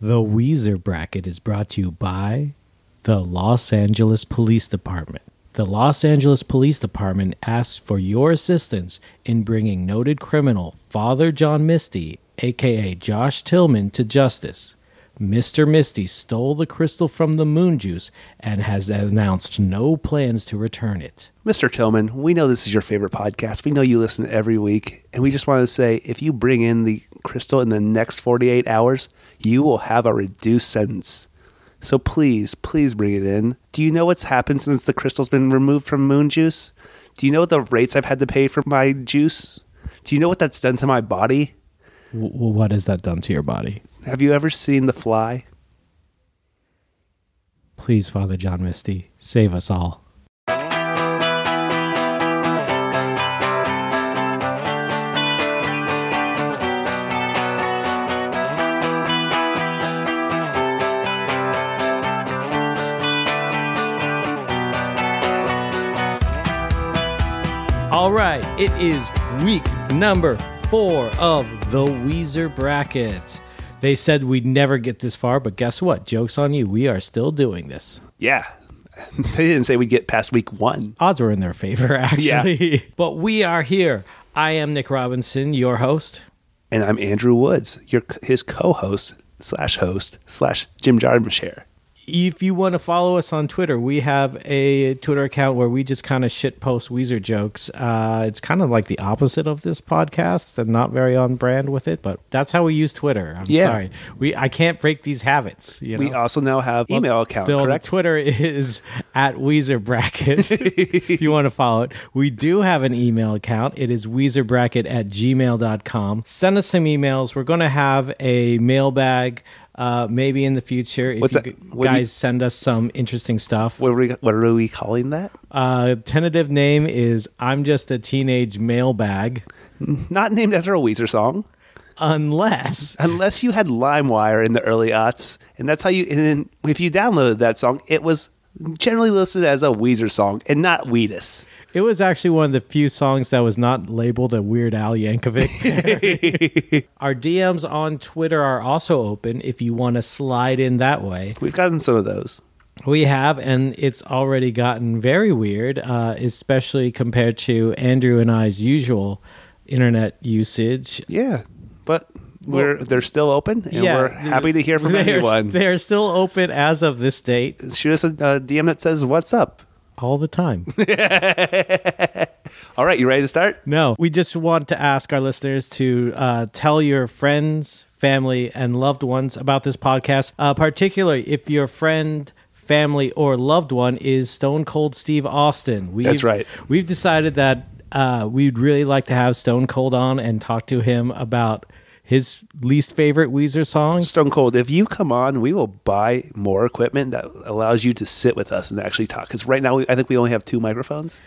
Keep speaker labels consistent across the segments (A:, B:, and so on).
A: The Weezer bracket is brought to you by the Los Angeles Police Department. The Los Angeles Police Department asks for your assistance in bringing noted criminal Father John Misty, aka Josh Tillman, to justice. Mr. Misty stole the crystal from the moon juice and has announced no plans to return it.
B: Mr. Tillman, we know this is your favorite podcast. We know you listen every week. And we just want to say if you bring in the crystal in the next 48 hours, you will have a reduced sentence. So please, please bring it in. Do you know what's happened since the crystal's been removed from moon juice? Do you know the rates I've had to pay for my juice? Do you know what that's done to my body?
A: W- w- what has that done to your body?
B: Have you ever seen The Fly?
A: Please, Father John Misty, save us all. All right, it is week number four of the Weezer bracket. They said we'd never get this far, but guess what? Joke's on you. We are still doing this.
B: Yeah. they didn't say we'd get past week one.
A: Odds were in their favor, actually. but we are here. I am Nick Robinson, your host.
B: And I'm Andrew Woods, your his co-host slash host slash Jim Jarmuschere.
A: If you want to follow us on Twitter, we have a Twitter account where we just kind of shit post Weezer jokes. Uh, it's kind of like the opposite of this podcast and not very on brand with it, but that's how we use Twitter. I'm
B: Yeah.
A: sorry. We I can't break these habits. You know?
B: We also now have email account,
A: Bill, the
B: correct?
A: Twitter is at Weezer Bracket. if you want to follow it, we do have an email account. It is weezerbracket at gmail.com. Send us some emails. We're going to have a mailbag uh, maybe in the future. If
B: What's
A: you
B: that?
A: gu-
B: What do you-
A: guys send us some interesting stuff.
B: what, are we, what are we calling that?
A: Uh, tentative name is I'm Just a Teenage Mailbag,
B: Not named after a Weezer song,
A: unless.
B: unless you had LimeWire in the early aughts, and that's how you. And then if you downloaded that song, it was generally listed as a Weezer song and not Weedus.
A: It was actually one of the few songs that was not labeled a Weird Al Yankovic. Our DMs on Twitter are also open if you want to slide in that way.
B: We've gotten some of those.
A: We have, and it's already gotten very weird, uh, especially compared to Andrew and I's usual internet usage.
B: Yeah, but we're they're still open, and we're happy to hear from
A: they're,
B: anyone.
A: They're still open as of this date
B: Shoot us a, a DM that says "What's up."
A: all the time.
B: All right, you ready to start?
A: No, we just want to ask our listeners to uh, tell your friends, family, and loved ones about this podcast, uh, particularly if your friend, family, or loved one is Stone Cold Steve Austin. We've,
B: That's right.
A: We've decided that uh, we'd really like to have Stone Cold on and talk to him about his least favorite Weezer songs.
B: Stone Cold, if you come on, we will buy more equipment that allows you to sit with us and actually talk. Because right now, we, I think we only have two microphones.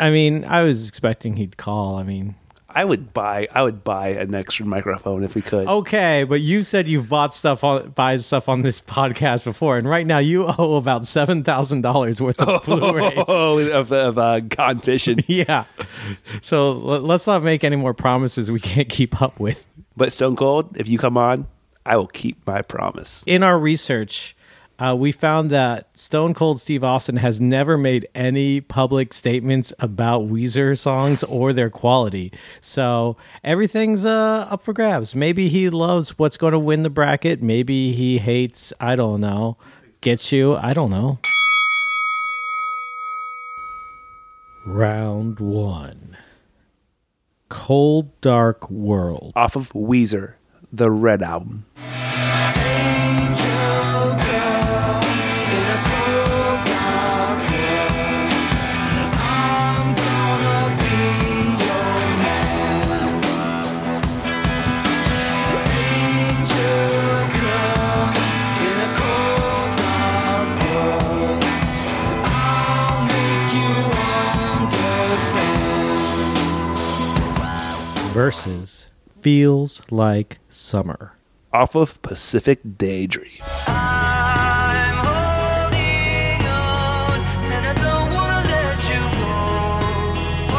A: I mean, I was expecting he'd call. I mean,
B: I would buy, I would buy an extra microphone if we could.
A: Okay, but you said you've bought stuff on buy stuff on this podcast before, and right now you owe about seven thousand dollars worth of Blu-rays.
B: Oh, of, of uh, gone fishing.
A: yeah, so l- let's not make any more promises we can't keep up with.
B: but Stone Cold, if you come on, I will keep my promise.
A: In our research, uh, we found that Stone Cold Steve Austin has never made any public statements about Weezer songs or their quality. So everything's uh, up for grabs. Maybe he loves what's going to win the bracket. Maybe he hates. I don't know. Get you? I don't know. Round one. Cold Dark World.
B: Off of Weezer, the Red Album.
A: versus feels like summer.
B: Off of Pacific Daydream.
C: I'm holding on, and I don't wanna let you go.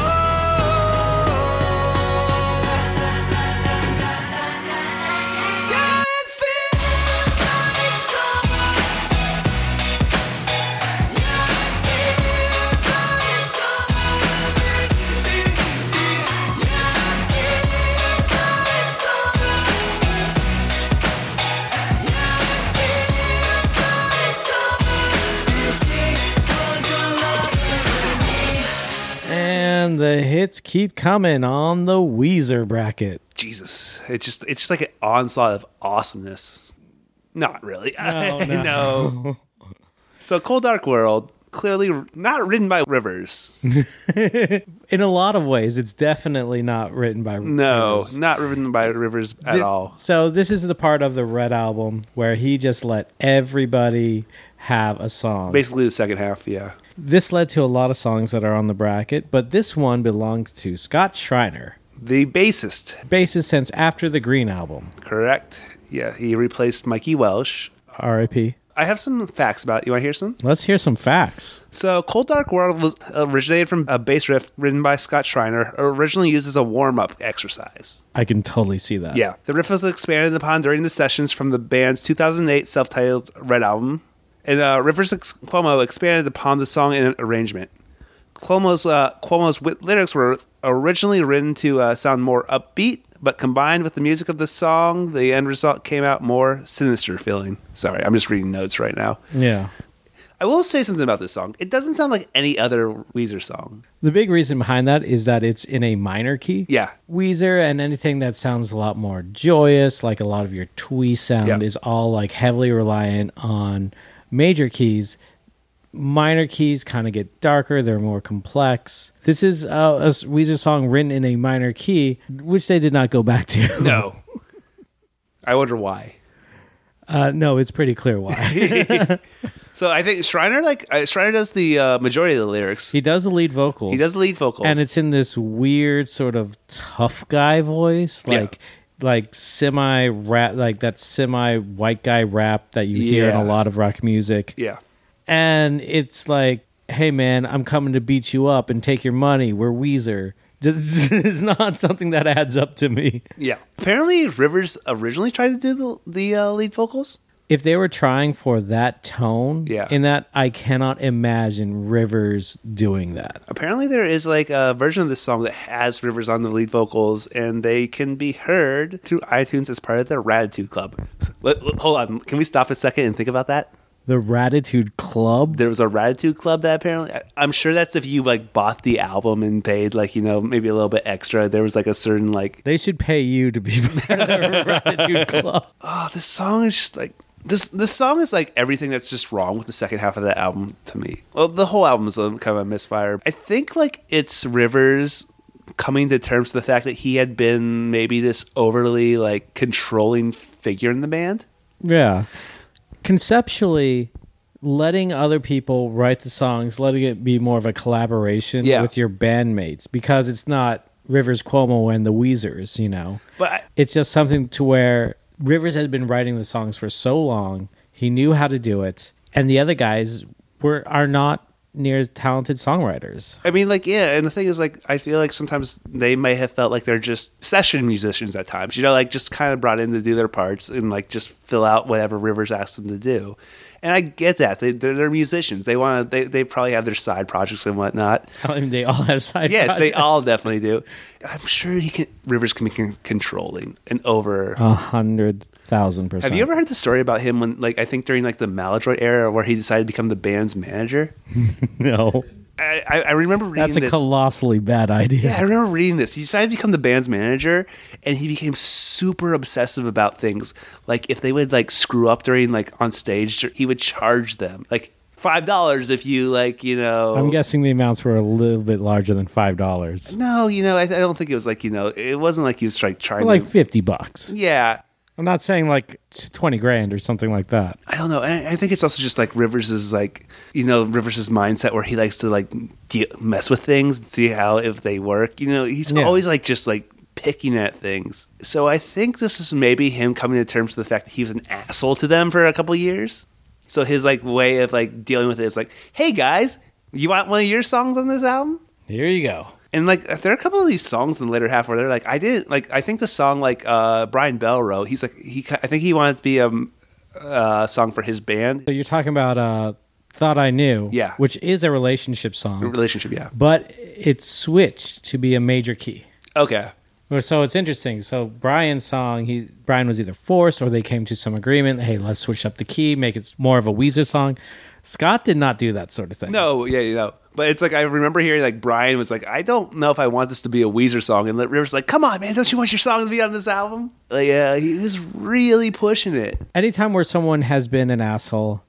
C: Yeah, it feels.
A: hits keep coming on the Weezer bracket.
B: Jesus, it's just it's just like an onslaught of awesomeness. Not really. No,
A: no.
B: So Cold Dark World clearly not written by Rivers.
A: In a lot of ways, it's definitely not written by
B: No,
A: Rivers.
B: not written by Rivers at
A: Thi-
B: all.
A: So this is the part of the Red album where he just let everybody have a song.
B: Basically, the second half. Yeah,
A: This led to a lot of songs that are on the bracket, but this one belongs to Scott Schreiner,
B: the bassist.
A: bassist since after the Green album.
B: Correct. Yeah, he replaced Mikey Welsh.
A: R.I.P.
B: I have some facts about it. You want to hear some?
A: Let's hear some facts.
B: So, Cold Dark World was originated from a bass riff written by Scott Schreiner, originally used as a warm up exercise.
A: I can totally see that.
B: Yeah. The riff was expanded upon during the sessions from the band's 2008 self titled Red Album, and uh, Rivers ex- Cuomo expanded upon the song and arrangement. Cuomo's, uh, Cuomo's wit- lyrics were originally written to uh, sound more upbeat, but combined with the music of the song, the end result came out more sinister feeling. Sorry, I'm just reading notes right now.
A: Yeah.
B: I will say something about this song. It doesn't sound like any other Weezer song.
A: The big reason behind that is that it's in a minor key.
B: Yeah.
A: Weezer and anything that sounds a lot more joyous, like a lot of your twee sound,
B: Yeah.
A: is all like heavily reliant on major keys. Minor keys kind of get darker, they're more complex. This is uh, a s- Weezer song written in a minor key, which they did not go back to.
B: No. I wonder why.
A: Uh, no, it's pretty clear why.
B: So I think Shriner like uh, Shriner does the uh, majority of the lyrics.
A: he does the lead vocals.
B: He does the lead vocals.
A: and it's in this weird sort of tough guy voice
B: Yeah.
A: like like semi rap like that semi white guy rap that you hear in
B: Yeah.
A: a lot of rock music
B: yeah.
A: and it's like hey man i'm coming to beat you up and take your money we're weezer this is not something that adds up to me
B: Yeah. Apparently Rivers originally tried to do the, the uh, lead vocals.
A: if they were trying for that tone
B: Yeah.
A: in that i cannot imagine rivers doing that
B: Apparently there is like a version of this song that has Rivers on the lead vocals and they can be heard through iTunes as part of the Ratitude Club. So, let- let- hold on, can we stop a second and think about that?
A: the ratitude club
B: There was a Ratitude Club that apparently I- I'm sure that's if you like bought the album and paid like, you know, maybe a little bit extra. There was like a certain like
A: they should pay you to be part of the ratitude club
B: oh, this song is just like this. This song is like everything that's just wrong with the second half of that album to me. Well, the whole album is a, kind of a misfire. I think like it's Rivers coming to terms with the fact that he had been maybe this overly like controlling figure in the band.
A: Yeah. Conceptually, letting other people write the songs, letting it be more of a collaboration
B: Yeah.
A: with your bandmates because it's not Rivers Cuomo and the Weezers, you know.
B: But I,
A: It's just something to where Rivers had been writing the songs for so long, he knew how to do it, and the other guys were are not near as talented songwriters.
B: I mean, like, yeah, and the thing is, like, I feel like sometimes they may have felt like they're just session musicians at times, you know, like just kind of brought in to do their parts and like just fill out whatever Rivers asked them to do. And I get that they, they're, they're musicians; they want to, they, they probably have their side projects and whatnot.
A: I mean, they all have side
B: Yes, they
A: projects.
B: all definitely do. I'm sure he can. Rivers can be con- controlling and over.
A: a hundred thousand percent.
B: have you ever heard the story about him when, like, I think during like the Maladroit era, where he decided to become the band's manager?
A: No,
B: I, I, I remember reading
A: that's a
B: this.
A: colossally bad idea.
B: Yeah, I remember reading this. He decided to become the band's manager, and he became super obsessive about things. Like if they would like screw up during like on stage, he would charge them like five dollars if you like you know.
A: I'm guessing the amounts were a little bit larger than five dollars,
B: No, you know, I, I don't think it was like you know, it wasn't like he was like trying
A: like
B: to.
A: fifty bucks.
B: Yeah,
A: I'm not saying like t- twenty grand or something like that.
B: I don't know. And I I think it's also just like Rivers's like you know Rivers's mindset where he likes to like de- mess with things and see how if they work. You know, he's
A: Yeah.
B: always like just like picking at things. So I think this is maybe him coming to terms with the fact that he was an asshole to them for a couple years. So his like way of like dealing with it is like, hey guys, you want one of your songs on this album?
A: Here you go.
B: And like there are a couple of these songs in the later half where they're like, I didn't like. I think the song like uh, Brian Bell wrote. He's like he. I think he wanted it to be a um, uh, song for his band.
A: So you're talking about uh, "Thought I Knew,"
B: Yeah.
A: which is a relationship song,
B: relationship yeah
A: but it switched to be a major key,
B: okay
A: Well, So it's interesting. So Brian's song, he Brian was either forced or they came to some agreement. Hey, let's switch up the key, make it more of a Weezer song. Scott did not do that sort of thing.
B: No, yeah, you know. But it's like I remember hearing like Brian was like, I don't know if I want this to be a Weezer song, and Rivers was like, Come on, man, don't you want your song to be on this album? Like, yeah, he was really pushing it.
A: Anytime where someone has been an asshole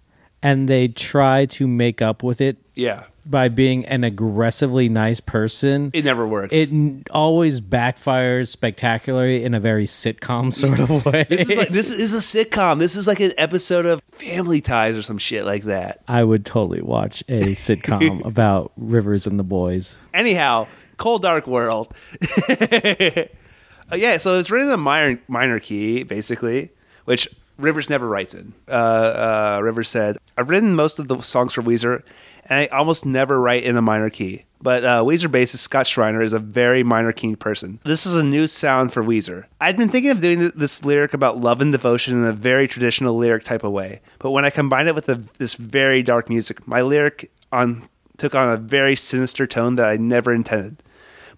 A: and they try to make up with it
B: Yeah,
A: by being an aggressively nice person,
B: it never works.
A: it n- always backfires spectacularly in a very sitcom sort of way.
B: this is like this is a sitcom. This is like an episode of Family Ties or some shit like that.
A: I would totally watch a sitcom about Rivers and the boys.
B: Anyhow, Cold Dark World. Uh, yeah, so it's written in a minor, minor key, basically, which Rivers never writes in. Uh, uh, Rivers said, I've written most of the songs for Weezer, and I almost never write in a minor key. But uh, Weezer bassist Scott Schreiner is a very minor key person. This is a new sound for Weezer. I'd been thinking of doing th- this lyric about love and devotion in a very traditional lyric type of way, but when I combined it with the, this very dark music, my lyric on took on a very sinister tone that I never intended.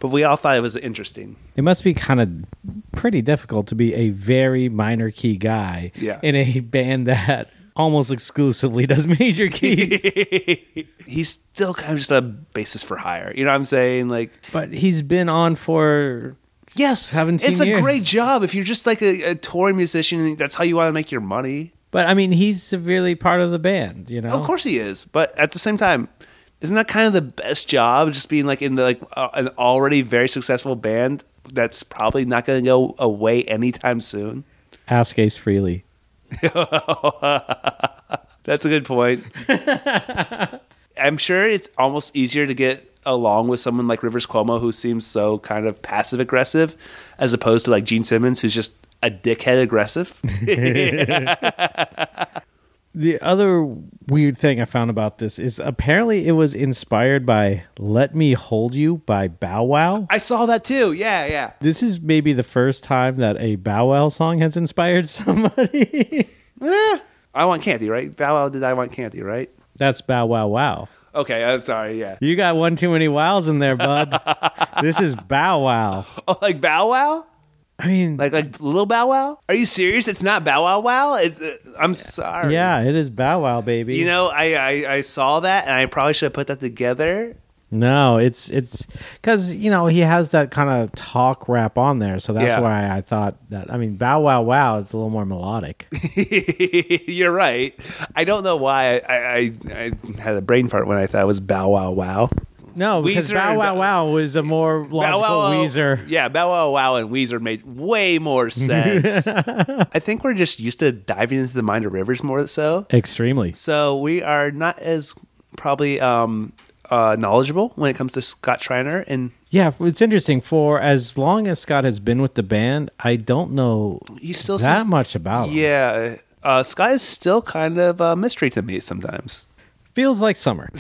B: But we all thought it was interesting.
A: It must be kind of pretty difficult to be a very minor key guy
B: Yeah.
A: in a band that almost exclusively does major keys.
B: he's still kind of just a basis for hire. You know what I'm saying? Like,
A: but he's been on for
B: yes,
A: 17
B: it's a
A: years.
B: great job if you're just like a, a touring musician. That's how you want to make your money.
A: But I mean, he's severely part of the band, you know.
B: Of course he is, but at the same time, isn't that kind of the best job? Just being like in the like uh, an already very successful band that's probably not going to go away anytime soon.
A: Ask Ace Freely.
B: That's a good point. I'm sure it's almost easier to get along with someone like Rivers Cuomo, who seems so kind of passive aggressive, as opposed to like Gene Simmons, who's just a dickhead aggressive.
A: The other weird thing I found about this is apparently it was inspired by "Let Me Hold You" by Bow Wow.
B: I saw that too. Yeah, yeah.
A: This is maybe the first time that a Bow Wow song has inspired somebody.
B: I want candy, right? Bow Wow did I want candy, right?
A: That's Bow Wow Wow.
B: Okay, I'm sorry. Yeah.
A: You got one too many wows in there, bud. this is Bow Wow.
B: Oh, like Bow Wow.
A: I mean,
B: Like like little Bow Wow? Are you serious? It's not Bow Wow Wow. It's, uh, I'm sorry.
A: yeah, it is Bow Wow, baby.
B: You know, I, I I saw that and I probably should have put that together.
A: no, it's it's because you know he has that kind of talk rap on there, so that's
B: Yeah.
A: why I thought that. I mean, Bow Wow Wow is a little more melodic.
B: You're right. I don't know why I, I, I had a brain fart when I thought it was Bow Wow Wow.
A: No, because
B: Weezer
A: Bow
B: and
A: Wow
B: Bow-
A: Wow was a more
B: Bow
A: logical
B: Wow Wow-
A: Weezer.
B: Yeah, Bow Wow Wow and Weezer made way more sense. I think we're just used to diving into the mind of rivers more so.
A: Extremely.
B: So we are not as probably um, uh, knowledgeable when it comes to Scott Schreiner and
A: Yeah, f- it's interesting. For as long as Scott has been with the band, I don't know
B: he still
A: that
B: seems-
A: much about him.
B: Yeah. Uh, Scott is still kind of a mystery to me sometimes.
A: Feels like summer.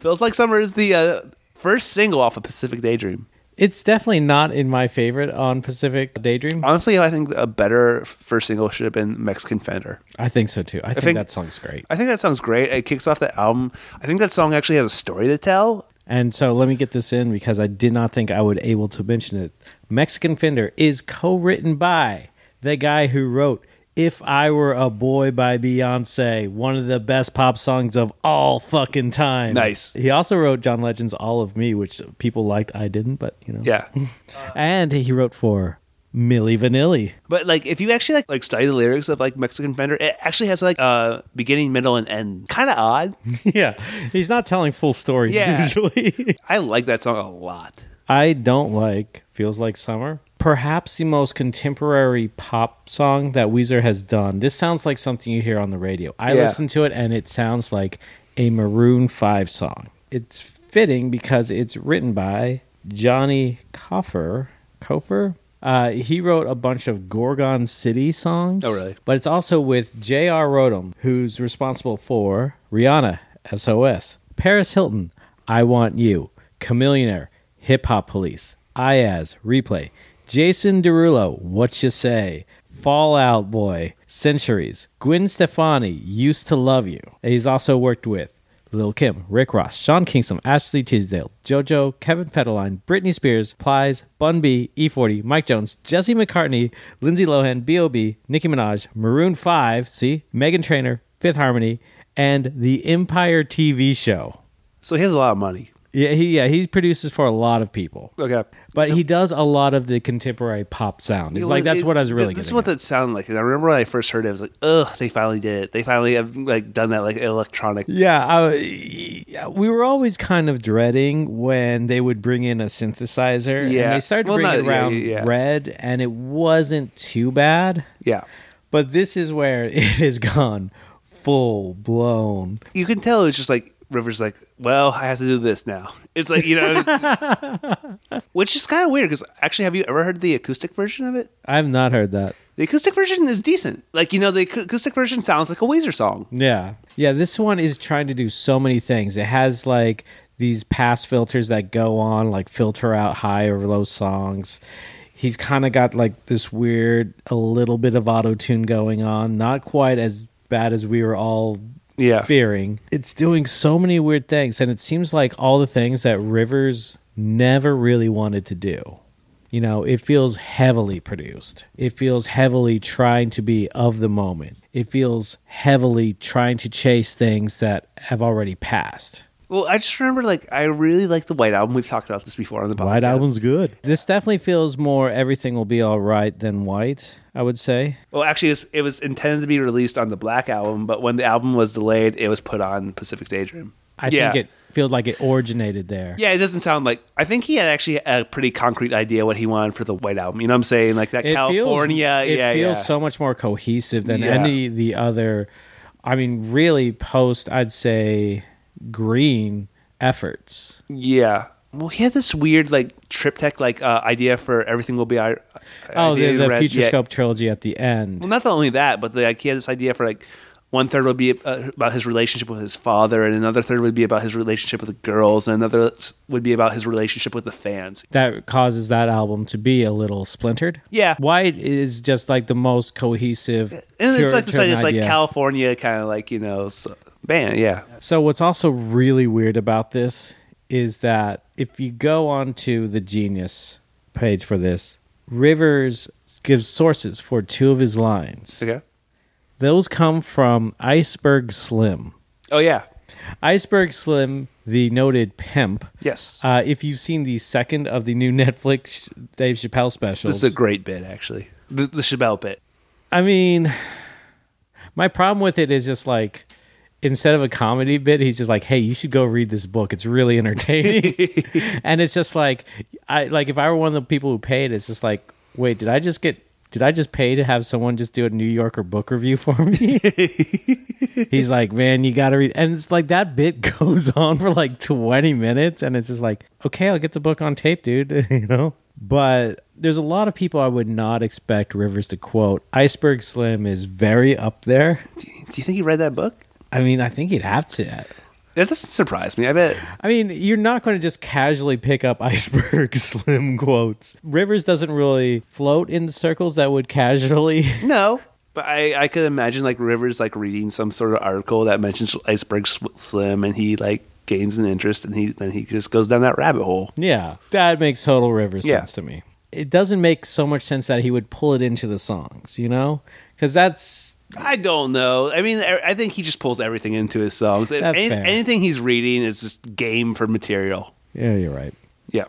B: Feels like Summer is the uh, first single off of Pacific Daydream.
A: It's definitely not in my favorite on Pacific Daydream.
B: Honestly, I think a better first single should have been Mexican Fender.
A: I think so too. I think,
B: think-
A: that song's great.
B: I think that song's great. It kicks off the album. I think that song actually has a story to tell.
A: And so let me get this in because I did not think I would able to mention it. Mexican Fender is co-written by the guy who wrote "If I Were a Boy" by Beyonce, one of the best pop songs of all fucking time.
B: Nice.
A: He also wrote John Legend's "All of Me," which people liked. I didn't, but you know.
B: Yeah.
A: And he wrote for Milli Vanilli.
B: But like if you actually like like study the lyrics of like Mexican Fender, it actually has like a beginning, middle and end. Kind of odd.
A: yeah, he's not telling full stories
B: Yeah.
A: usually.
B: I like that song a lot.
A: I don't like Feels Like Summer. Perhaps the most contemporary pop song that Weezer has done. This sounds like something you hear on the radio. I
B: Yeah.
A: listen to it and it sounds like a Maroon 5 song. It's fitting because it's written by Johnny Coffer. Coffer? Uh, he wrote a bunch of Gorgon City songs.
B: Oh, really?
A: But it's also with J.R. Rodham, who's responsible for Rihanna, SOS, Paris Hilton, I Want You, Chameleonaire, Hip Hop Police, Iaz, Replay, Jason Derulo, What You Say, Fallout Boy, Centuries, Gwen Stefani, Used to Love You. He's also worked with Lil Kim, Rick Ross, Sean Kingston, Ashley Tisdale, JoJo, Kevin Federline, Britney Spears, Plies, Bun B, E40, Mike Jones, Jesse McCartney, Lindsay Lohan, B.O.B., Nicki Minaj, Maroon 5, see, Megan Trainor, Fifth Harmony, and the Empire TV show.
B: So he has a lot of money.
A: Yeah, he yeah, he produces for a lot of people.
B: Okay.
A: But he does a lot of the contemporary pop sound. It's like that's
B: It-
A: what I was
B: it-
A: really
B: This is
A: getting
B: what
A: at.
B: that sounded like. And I remember when I first heard it, I was like, "Ugh, they finally did it. They finally have like done that like electronic."
A: Yeah, I, we were always kind of dreading when they would bring in a synthesizer. and
B: Yeah.
A: they started
B: Well,
A: bringing
B: not- yeah,
A: around
B: yeah, yeah.
A: red, and it wasn't too bad.
B: Yeah.
A: But this is where it has gone full blown.
B: You can tell it's just like Rivers like, "Well, I have to do this now." It's like, you know, which is kind of weird cuz actually have you ever heard the acoustic version of it?
A: I've not heard that.
B: The acoustic version is decent. Like, you know, the acou- acoustic version sounds like a Weezer song.
A: Yeah. Yeah, this one is trying to do so many things. It has like these pass filters that go on, like filter out high or low songs. He's kind of got like this weird, a little bit of auto tune going on. Not quite as bad as we were all
B: Yeah.
A: fearing. It's doing so many weird things. And it seems like all the things that Rivers never really wanted to do. You know, it feels heavily produced. It feels heavily trying to be of the moment. It feels heavily trying to chase things that have already passed.
B: Well, I just remember like I really like the White Album. We've talked about this before on the podcast.
A: White Album's good. This definitely feels more everything will be all right than white, I would say.
B: Well, actually, it was, it was intended to be released on the Black album, but when the album was delayed, it was put on Pacific's Daydream.
A: I
B: yeah.
A: think it feels like it originated there.
B: Yeah, it doesn't sound like. I think he had actually a pretty concrete idea what he wanted for the White album. You know what I'm saying? Like that
A: It
B: California.
A: Feels,
B: yeah,
A: it feels
B: yeah.
A: so much more cohesive than
B: Yeah.
A: any of the other. I mean, really, post I'd say green efforts.
B: yeah. Well, he had this weird like trip tech like uh, idea for everything will be. our
A: Oh, the, the Future
B: yeah.
A: Scope trilogy at the end.
B: Well, not only that, but like he had this idea for like one third would be uh, about his relationship with his father, and another third would be about his relationship with the girls, and another s- would be about his relationship with the fans.
A: that causes that album to be a little splintered.
B: Yeah.
A: White is just like the most cohesive.
B: And it's like this
A: Puritan
B: idea, it's like
A: idea.
B: California kind of like you know s band, yeah.
A: So what's also really weird about this is that if you go onto the Genius page for this, Rivers gives sources for two of his lines.
B: Okay.
A: Those come from Iceberg Slim.
B: Oh yeah.
A: Iceberg Slim, the noted pimp.
B: Yes.
A: Uh, if you've seen the second of the new Netflix Dave Chappelle specials,
B: this is a great bit actually. The, the Chappelle bit.
A: I mean, my problem with it is just like instead of a comedy bit, he's just like, "Hey, you should go read this book. It's really entertaining." and it's just like, I like if I were one of the people who paid, it's just like, wait, did I just get? Did I just pay to have someone just do a New Yorker book review for me? he's like, man, you got to read. And it's like that bit goes on for like 20 minutes. And it's just like, okay, I'll get the book on tape, dude. you know? But there's a lot of people I would not expect Rivers to quote. Iceberg Slim is very up there.
B: Do you think he read that book?
A: I mean, I think you'd have to.
B: That doesn't surprise me. I bet.
A: I mean, you're not going to just casually pick up Iceberg Slim quotes. Rivers doesn't really float in the circles that would casually.
B: No. But I, I could imagine like Rivers like reading some sort of article that mentions Iceberg S- Slim, and he like gains an interest, and he then he just goes down that rabbit hole.
A: yeah, that makes total Rivers
B: Yeah.
A: sense to me. It doesn't make so much sense that he would pull it into the songs, you know? Because that's
B: I don't know. I mean, er, I I think he just pulls everything into his songs. If
A: That's
B: any-
A: fair.
B: Anything he's reading is just game for material.
A: Yeah, you're right.
B: Yeah.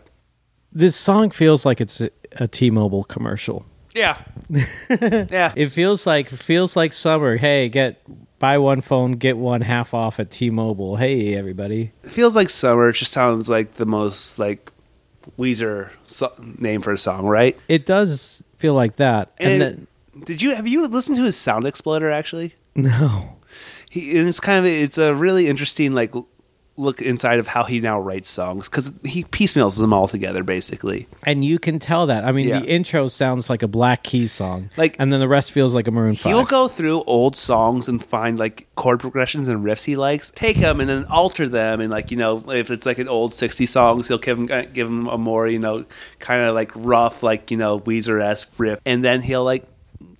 A: This song feels like it's a, a T-Mobile commercial.
B: Yeah. yeah.
A: It feels like feels like summer. Hey, get buy one phone, get one half off at T-Mobile. Hey, everybody.
B: It feels like summer. It just sounds like the most like Weezer so- name for a song, right?
A: It does feel like that.
B: And,
A: And,
B: it- did you have you listened to his Sound Exploder actually?
A: then, no.
B: He and it's kind of it's a really interesting like l- look inside of how he now writes songs because he piecemeals them all together basically.
A: And you can tell that. I mean,
B: Yeah.
A: the intro sounds like a Black Key song,
B: Like-
A: and then the rest feels like a Maroon Five.
B: He'll go through old songs and find like chord progressions and riffs he likes, take them and then alter them. And like you know, if it's like an old '60s songs, he'll give him give him a more you know kind of like rough like you know Weezer esque riff, and then he'll like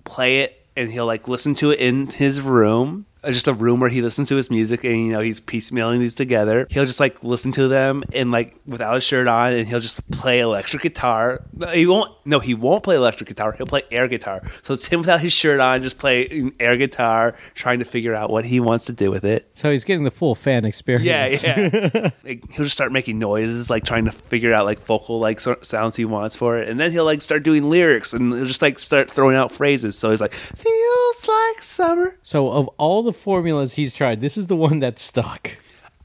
B: play it and he'll like listen to it in his room uh, just a room where he listens to his music and you know he's piecemealing these together. He'll just like listen to them and like without a shirt on and he'll just play electric guitar. No, He won't no, he won't play electric guitar. He'll play air guitar. So it's him without his shirt on just playing air guitar trying to figure out what he wants to do with it.
A: So he's getting the full fan experience.
B: Yeah, yeah. like, he'll just start making noises, like trying to figure out like vocal like so- sounds he wants for it, and then he'll like start doing lyrics and he'll just like start throwing out phrases. So he's like, "Feels like summer."
A: so of all the formulas he's tried, this is the one that stuck.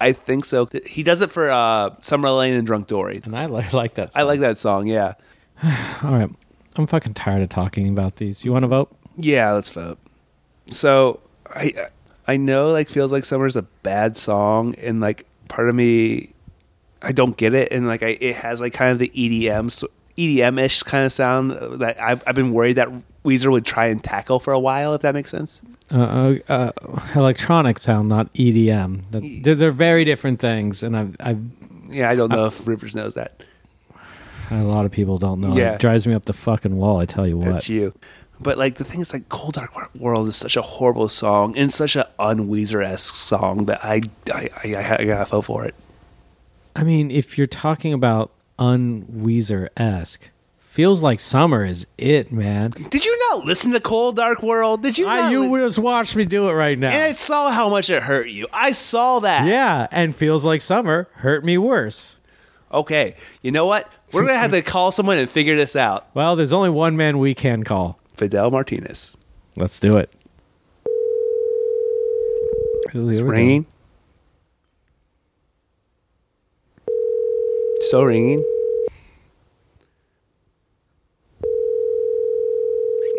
B: I think so. He does it for uh, Summer Lane and Drunk Dory.
A: And I li- like that.
B: I
A: song.
B: like that song. Yeah,
A: All right. I'm fucking tired of talking about these. You want to vote?
B: yeah. Let's vote. So I I know like feels like summer is a bad song, and like part of me I don't get it, and like I it has like kind of the E EDM s- EDM ish E kind of sound that I've I've been worried that Weezer would try and tackle for a while, if that makes sense.
A: Uh, uh, uh, electronic sound, not EDM. That,
B: E-
A: they're, they're very different things, and I've, I've
B: Yeah, I don't know if Rivers knows that.
A: a lot of people don't know.
B: Yeah.
A: It drives me up the fucking wall. I tell you what.
B: That's you. But like the thing is, like Cold Dark World is such a horrible song and such an unweezer esque song that I I, I I I gotta vote for it.
A: I mean, if you're talking about unweezer esque, feels like summer is it, man.
B: Did you not listen to Cold Dark World? Did you?
A: I,
B: not
A: you
B: li-
A: would just watch me do it right now.
B: and I saw how much it hurt you. I saw that.
A: yeah, and feels like summer hurt me worse.
B: Okay. You know what? We're gonna have to call someone and figure this out.
A: Well, there's only one man we can call.
B: Fidel Martinez.
A: Let's do it. Ooh, here we go.
B: Ringing. Still ringing.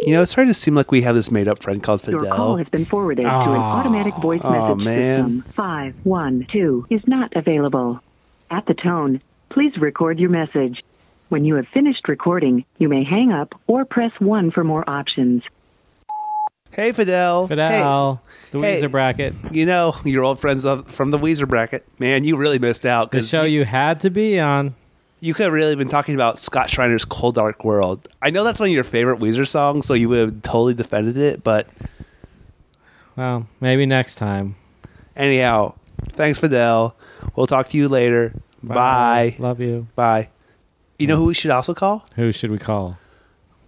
B: You know, it's starting to seem like we have this made up friend called
D: Your call
B: Fidel.
D: has been forwarded to an automatic voice
B: Aw,
D: message
B: man.
D: system. 512 is not available. At the tone, please record your message. When you have finished recording, you may hang up or press 1 for more options.
B: Hey, Fidel.
A: Fidel. it's the
B: Hey.
A: Weezer bracket.
B: Hey, you know, your old friends of- from the Weezer bracket. Man, you really missed out.
A: The
B: 'cause
A: show you had to be on.
B: You could have really been talking about Scott Schreiner's Cold Dark World. I know that's one of your favorite Weezer songs, so you would have totally defended it. But
A: Well, maybe next time.
B: anyhow, thanks, Fidel. We'll talk to you later. Bye.
A: Love you.
B: Bye. You know who we should also call?
A: Who should we call?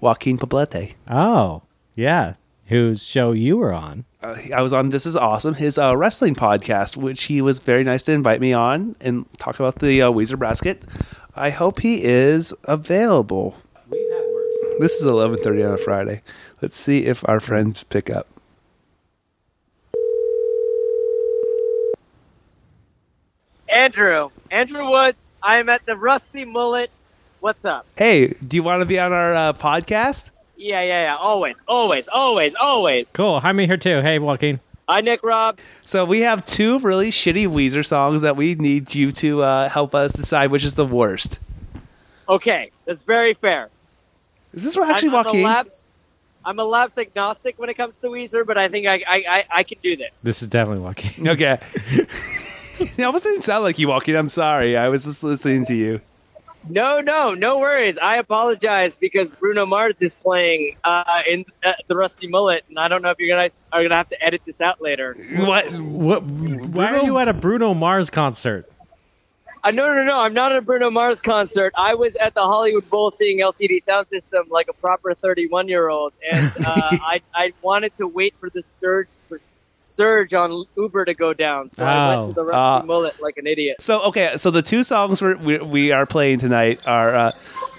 B: Joaquin Poblete.
A: Oh, yeah. Whose show you were on?
B: Uh, I was on This Is Awesome, his uh, wrestling podcast, which he was very nice to invite me on and talk about the uh, Weezer basket. I hope he is available. This is 11:30 on a Friday. Let's see if our friends pick up.
E: Andrew, Andrew Woods. I am at the Rusty Mullet. What's up?
B: Hey, do you want to be on our uh, podcast?
E: Yeah, yeah, yeah. Always, always, always, always.
A: Cool. Hi, me here too. Hey, Joaquin.
E: Hi, Nick Rob.
B: So we have two really shitty Weezer songs that we need you to uh, help us decide which is the worst.
E: Okay, that's very fair.
B: Is this actually
E: I'm, I'm a
B: Joaquin?
E: lapse. I'm a lapse agnostic when it comes to Weezer, but I think I I, I, I can do this.
A: This is definitely Joaquin.
B: Okay. I almost didn't sound like you walking. I'm sorry. I was just listening to you.
E: No, no, no worries. I apologize because Bruno Mars is playing uh, in uh, the Rusty Mullet, and I don't know if you're gonna are gonna have to edit this out later.
B: What?
A: What? Why are you at a Bruno Mars concert?
E: Uh, no, no, no. I'm not at a Bruno Mars concert. I was at the Hollywood Bowl seeing LCD Sound System like a proper 31 year old, and uh, I, I wanted to wait for the surge for surge on Uber to go down, so I
A: Oh.
E: went to the rusty
B: Ah.
E: mullet like an idiot.
B: So okay, so the two songs we're, we we are playing tonight are uh,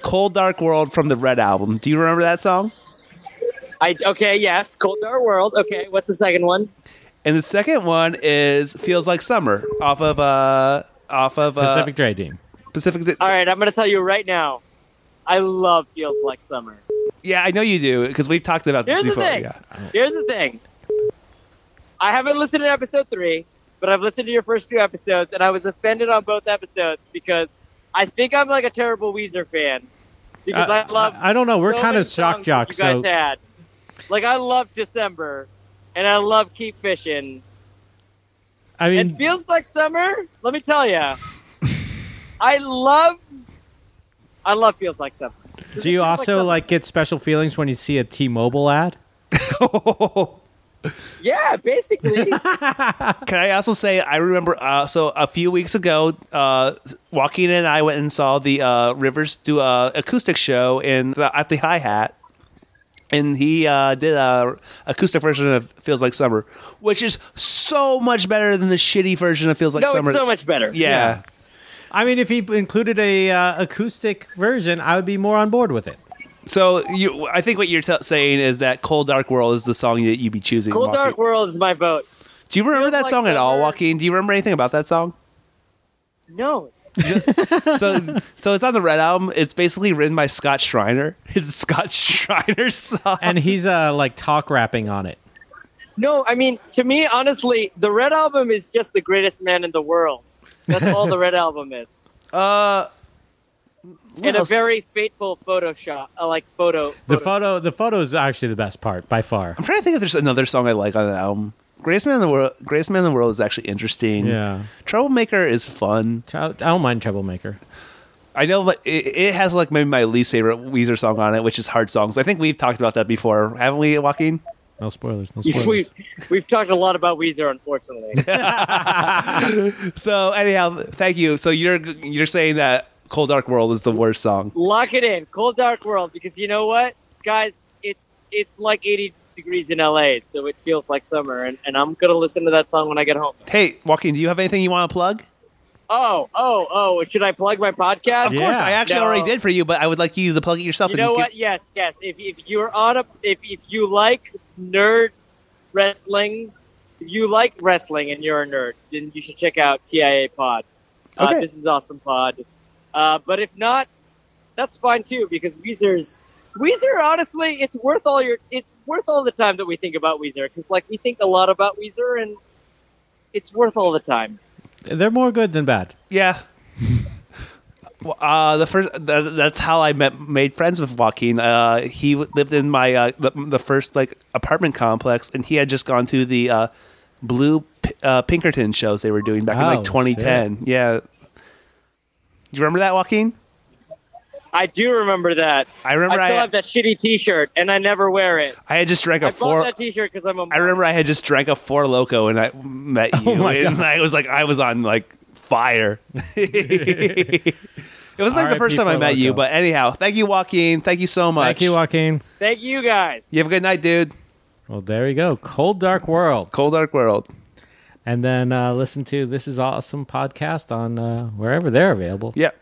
B: "Cold Dark World" from the Red album. Do you remember that song?
E: I okay, yes, Cold Dark World. Okay, what's the second one?
B: And the second one is "Feels Like Summer" off of uh off of uh,
A: Pacific Dre Team.
B: Pacific.
E: All right, I'm gonna tell you right now. I love Feels Like Summer.
B: Yeah, I know you do because we've talked about this
E: Here's the
B: before.
E: thing.
B: Yeah.
E: Here's the thing. I haven't listened to episode three, but I've listened to your first two episodes, and I was offended on both episodes because I think I'm like a terrible Weezer fan because
A: Uh,
E: I love.
A: I- I don't know. We're
E: so
A: kinda
E: many
A: shock
E: songs that
A: jocks,
E: You guys
A: so-
E: had like I love December, and I love Keep Fishing.
A: I mean,
E: It feels like summer. Let me tell you, I love. I love feels like summer.
A: do you
E: feels like
A: also
E: something-
A: like get special feelings when you see a T-Mobile ad?
E: Yeah, basically.
B: Can I also say I remember uh, so a few weeks ago, uh, Joaquin and I went and saw the uh, Rivers do a acoustic show in the, at the Hi Hat, and he uh, did a acoustic version of "Feels Like Summer," which is so much better than the shitty version of "Feels Like
E: no,
B: Summer."
E: it's so much better.
B: yeah.
A: I mean, if he included a uh, acoustic version, I would be more on board with it.
B: So you, I think what you're t- saying is that "Cold Dark World" is the song that you'd be choosing.
E: Cold
B: Joaquin.
E: Dark World is my vote.
B: Do you remember
E: Feels
B: that
E: Like
B: song at all,
E: Summer.
B: Joaquin? Do you remember anything about that song?
E: No.
B: so so it's on the red album it's basically written by scott schreiner it's scott schreiner's song
A: And he's uh, like talk rapping on it.
E: No, I mean, to me, honestly, the Red Album is just the greatest man in the world. That's all the Red Album is.
B: Uh, What
E: And a
B: else?
E: very fateful Photoshop, uh, like photo.
A: The
E: photo.
A: photo, the photo is actually the best part by far.
B: i'm trying to think if there's another song i like on the album Greatest Man in the World, Greatest Man in the World is actually interesting.
A: Yeah.
B: Troublemaker is fun.
A: Trou- I don't mind Troublemaker.
B: I know, but it, it has like maybe my least favorite Weezer song on it, which is Hard Songs. I think we've talked about that before, haven't we, Joaquin?
A: No spoilers. No
E: We've-
A: spoilers.
E: We've, we've talked a lot about Weezer, unfortunately.
B: So anyhow, thank you. So you're you're saying that Cold Dark World is the worst song.
E: Lock it in, Cold Dark World, because you know what, guys, it's it's like 80 degrees in LA, so it feels like summer, and, and I'm gonna listen to that song when I get home.
B: Hey, Joaquin, do you have anything you want to plug?
E: Oh, oh, oh! Should I plug my podcast?
B: Of course,
A: Yeah.
B: I actually
E: No.
B: already did for you, but I would like you to plug it yourself.
E: You know
B: and
E: what? Yes, yes. If, if you're on a, if, if you like nerd wrestling, if you like wrestling and you're a nerd, then you should check out TIA Pod. Uh,
B: Okay.
E: This is awesome pod. Uh, but if not, that's fine too because Weezer's Weezer. Honestly, it's worth all your it's worth all the time that we think about Weezer because like we think a lot about Weezer and it's worth all the time.
A: They're more good than bad.
B: Yeah. Well, uh, the first that, that's how I met made friends with Joaquin. Uh, he w- lived in my uh, the, the first like apartment complex, and he had just gone to the uh, Blue P- uh, Pinkerton shows they were doing back in
A: Oh,
B: like 2010. Yeah, do you remember that, Joaquin?
E: I do remember that.
B: I remember
E: I
B: I,
E: still have that shitty T-shirt and I never wear it.
B: I had just drank a
E: I bought
B: four.
E: that T-shirt because I'm a.
B: I remember I had just drank a four loco, and I met you,
A: Oh my
B: and I was like, I was on like fire. it was like the
A: R.I.P.
B: first time I
A: Four
B: met you,
A: Loko.
B: but anyhow, thank you, Joaquin. Thank you so much.
A: Thank you, Joaquin.
E: Thank you guys.
B: You have a good night, dude.
A: Well, there you go. Cold Dark World.
B: Cold Dark World.
A: And then uh, listen to This Is Awesome podcast on uh, wherever they're available.
B: Yep.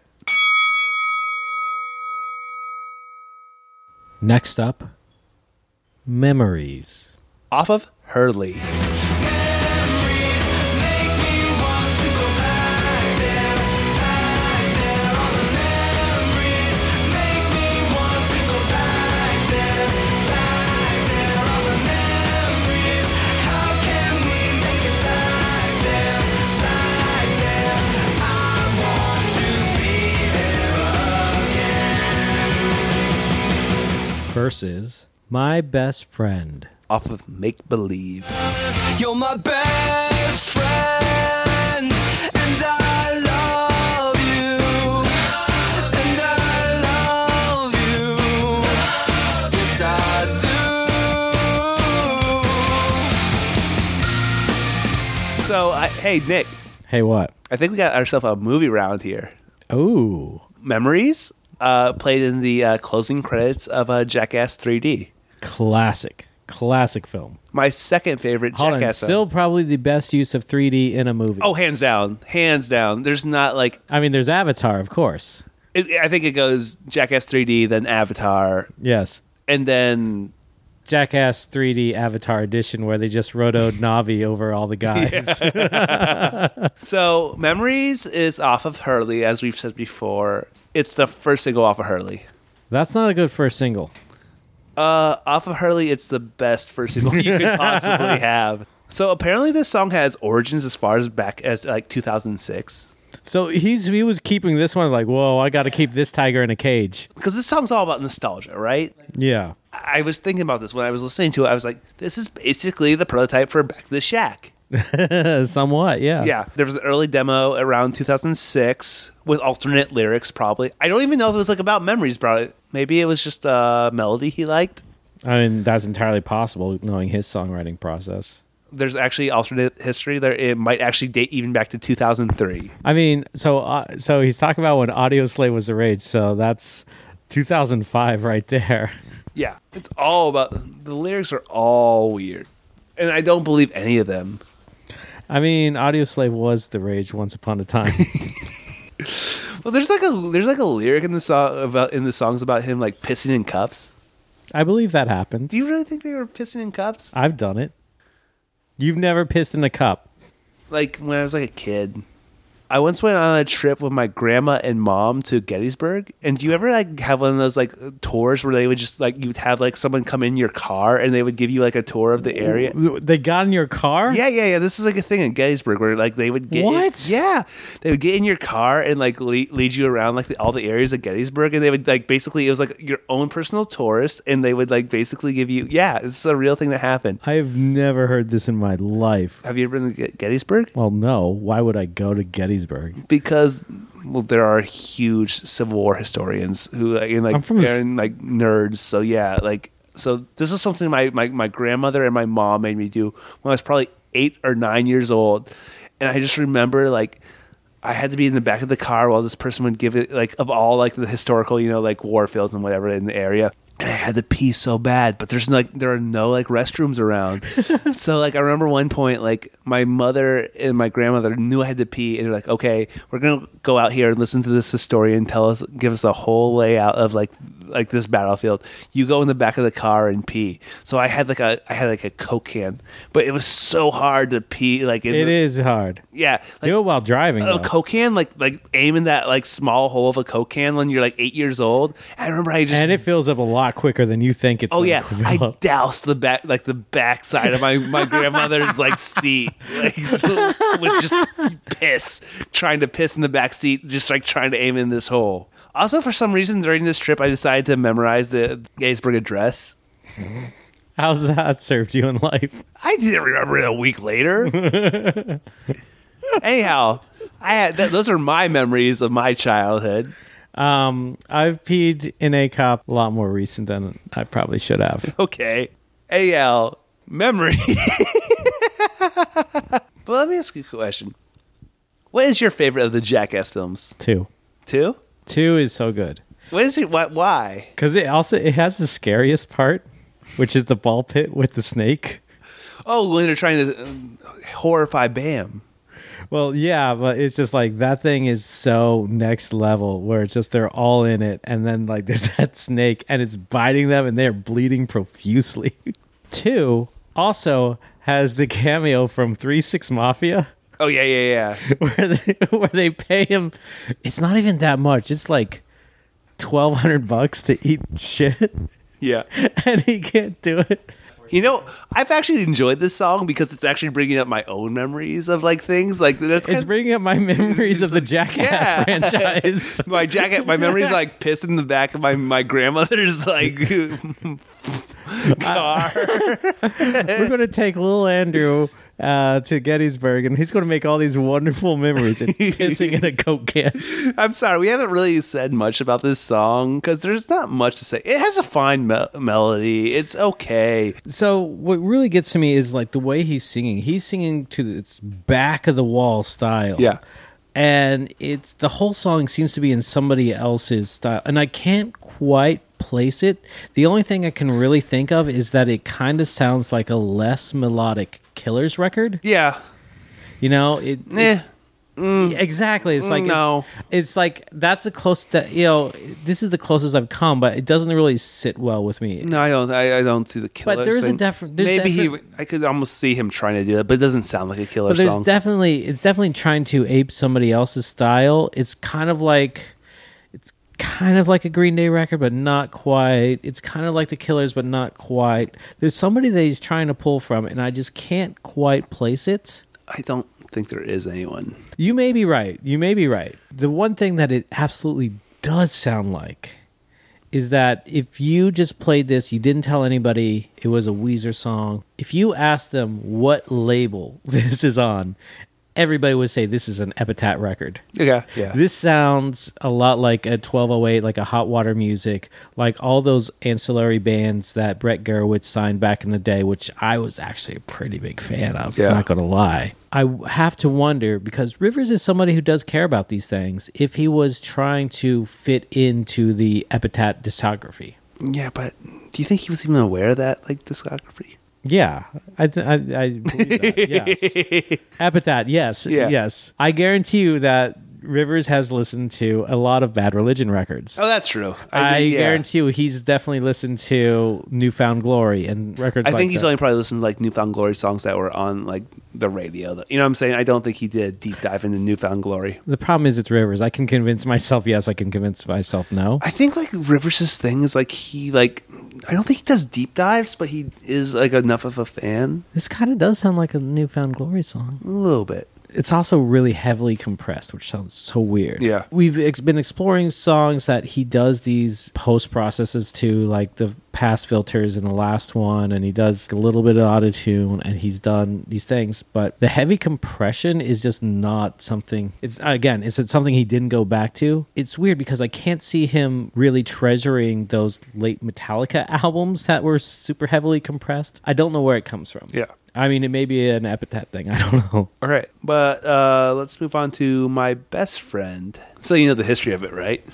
A: Next up, Memories.
B: Off of Hurley.
A: versus My Best Friend.
B: Off of Make Believe.
C: You're my best friend, and I love you. And I love you. Yes, I do.
B: So, I, hey, Nick,
A: Hey, what?
B: I think we got ourselves a movie round here.
A: Oh,
B: Memories uh, played in the uh, closing credits of uh, Jackass 3D.
A: classic, classic film.
B: My second favorite
A: Hold on,
B: Jackass.
A: still
B: film.
A: probably the best use of 3D in a movie.
B: Oh, hands down. Hands down. There's not like,
A: I mean, there's Avatar, of course.
B: it, I think it goes Jackass 3D, then Avatar,
A: Yes.
B: and then
A: Jackass 3D Avatar Edition, where they just rotoed Navi over all the guys.
B: So, Memories is off of Hurley, as we've said before. It's the first single off of Hurley.
A: That's not a good first single.
B: Uh, off of Hurley, it's the best first single you could possibly have. So, apparently, this song has origins as far as back as like 2006.
A: So he's he was keeping this one like, whoa, I got to keep this tiger in a cage.
B: Because this song's all about nostalgia, right?
A: Yeah.
B: I was thinking about this when I was listening to it. I was like, this is basically the prototype for Back to the Shack.
A: Somewhat, yeah.
B: Yeah, there was an early demo around 2006 with alternate lyrics, probably. I don't even know if it was like about memories, probably. Maybe it was just a melody he liked.
A: I mean, that's entirely possible knowing his songwriting process.
B: There's actually alternate history there. It might actually date even back to 2003.
A: I mean, so uh, so he's talking about when Audio Slave was the rage. So that's 2005 right there.
B: Yeah, it's all about the lyrics are all weird, and I don't believe any of them.
A: I mean, Audio Slave was the rage once upon a time.
B: Well, there's like a there's like a lyric in the song about in the songs about him like pissing in cups.
A: I believe that happened.
B: Do you really think they were pissing in cups?
A: I've done it. You've never pissed in a cup.
B: Like when I was like a kid, I once went on a trip with my grandma and mom to Gettysburg. And do you ever like have one of those like tours where they would just like you'd have like someone come in your car and they would give you like a tour of the area?
A: They got in your car?
B: Yeah, yeah, yeah. This is like a thing in Gettysburg where like they would get in-
A: What?
B: yeah, they would get in your car and like lead, lead you around like the, all the areas of Gettysburg, and they would like basically it was like your own personal tourist, and they would like basically give you yeah, it's a real thing that happened.
A: I've never heard this in my life.
B: Have you ever been to Get- Gettysburg?
A: Well, no. Why would I go to Gettysburg?
B: Because well, there are huge Civil War historians who like, and
A: I'm
B: like
A: from a s-
B: they're in, like nerds. So yeah, like so this is something my, my my grandmother and my mom made me do when I was probably eight or nine years old, and I just remember like. I had to be in the back of the car while this person would give it like of all like the historical, you know, like war fields and whatever in the area. And I had to pee so bad, but there's like there are no like restrooms around. so like I remember one point like my mother and my grandmother knew I had to pee and they're like, "Okay, we're going to go out here and listen to this historian tell us give us the whole layout of like like this battlefield. You go in the back of the car and pee." So I had like a I had like a Coke can, but it was so hard to pee like Oh, in
A: It
B: the-
A: is hard.
B: yeah, like,
A: Do it while driving.
B: a
A: though.
B: coke can, like like aiming that like small hole of a coke can when you're like eight years old. I remember I just
A: and it fills up a lot quicker than you think it's
B: oh
A: gonna
B: yeah,
A: fill
B: I
A: up.
B: doused the back like the backside of my my grandmother's like seat, like with just piss, trying to piss in the back seat, just like trying to aim in this hole. Also, for some reason during this trip, I decided to memorize the Gettysburg Address.
A: How's that served you in life?
B: I didn't remember it a week later. Anyhow, I had, th- those are my memories of my childhood.
A: Um, I've peed in a cup a lot more recent than I probably should have.
B: okay. AL memory. but let me ask you a question. What is your favorite of the Jackass films?
A: Two,
B: Two?
A: two is so good
B: What is it? What, why?
A: because it also it has the scariest part, which is the ball pit with the snake.
B: Oh, when they're trying to um, horrify Bam.
A: Well, yeah, but it's just like that thing is so next level where it's just they're all in it, and then like there's that snake and it's biting them and they're bleeding profusely. Two also has the cameo from Three Six Mafia.
B: Oh, yeah, yeah, yeah.
A: where they, where they pay him it's not even that much it's like 1200 bucks to eat shit
B: Yeah.
A: and he can't do it
B: You know, I've actually enjoyed this song because it's actually bringing up my own memories of like things. Like that's kind
A: it's bringing up my memories of the jackass
B: Yeah.
A: franchise
B: my jacket, my memories like piss in the back of my my grandmother's like car.
A: we're going to take little andrew uh, to gettysburg and he's going to make all these wonderful memories and pissing in a coke can
B: I'm sorry, we haven't really said much about this song because there's not much to say. It has a fine me- melody. It's okay.
A: so what really gets to me is like the way he's singing he's singing to the- its back of the wall style
B: Yeah.
A: and it's the whole song seems to be in somebody else's style and i can't quite place it the only thing i can really think of is that it kind of sounds like a less melodic killers record
B: Yeah.
A: you know it,
B: Eh.
A: exactly it's like
B: no.
A: it's like that's the close that you know this is the closest i've come but it doesn't really sit well with me
B: No, I don't. I, I don't see the killer.
A: there is a
B: thing.
A: different- there's
B: Maybe
A: different-
B: he. I could almost see him trying to do that, but it doesn't sound like a killer
A: but there's
B: song.
A: definitely it's definitely trying to ape somebody else's style it's kind of like it's kind of like a green day record but not quite it's kind of like the killers but not quite there's somebody that he's trying to pull from and i just can't quite place it
B: I don't think there is anyone.
A: you may be right you may be right the one thing that it absolutely does sound like is that if you just played this, you didn't tell anybody it was a Weezer song. If you asked them what label this is on, everybody would say this is an Epitaph record.
B: Okay. Yeah.
A: This sounds a lot like a 1208, like a Hot Water Music, like all those ancillary bands that Brett Gerowitz signed back in the day, which I was actually a pretty big fan of.
B: Yeah.
A: Not going to lie. I w- have to wonder because Rivers is somebody who does care about these things. If he was trying to fit into the Epitaph discography,
B: yeah, but do you think he was even aware of that like discography?
A: yeah, I th- I, I believe that. Yes, Epitaph. Yes,
B: Yeah.
A: yes. I guarantee you that Rivers has listened to a lot of Bad Religion records.
B: Oh, that's true.
A: I,
B: mean, yeah.
A: guarantee you, he's definitely listened to Newfound Glory and records.
B: I
A: like
B: think he's
A: that.
B: only probably listened to like Newfound Glory songs that were on like the radio. You know what I'm saying? I don't think he did a deep dive into Newfound Glory.
A: The problem is it's Rivers. I can convince myself yes. I can convince myself no.
B: I think like Rivers' thing is like he like I don't think he does deep dives, but he is like enough of a fan
A: This kind of does sound like a Newfound Glory song.
B: a little bit.
A: It's also really heavily compressed, which sounds so weird.
B: Yeah.
A: we've ex- been exploring songs that he does these post processes to, like the pass filters in the last one, and he does a little bit of auto tune, and he's done these things. But the heavy compression is just not something. It's again, is it something he didn't go back to? It's weird because I can't see him really treasuring those late Metallica albums that were super heavily compressed. I don't know where it comes from.
B: Yeah.
A: I mean, it may be an epithet thing. I don't know.
B: All right, but uh, let's move on to my best friend. So you know the history of it, right?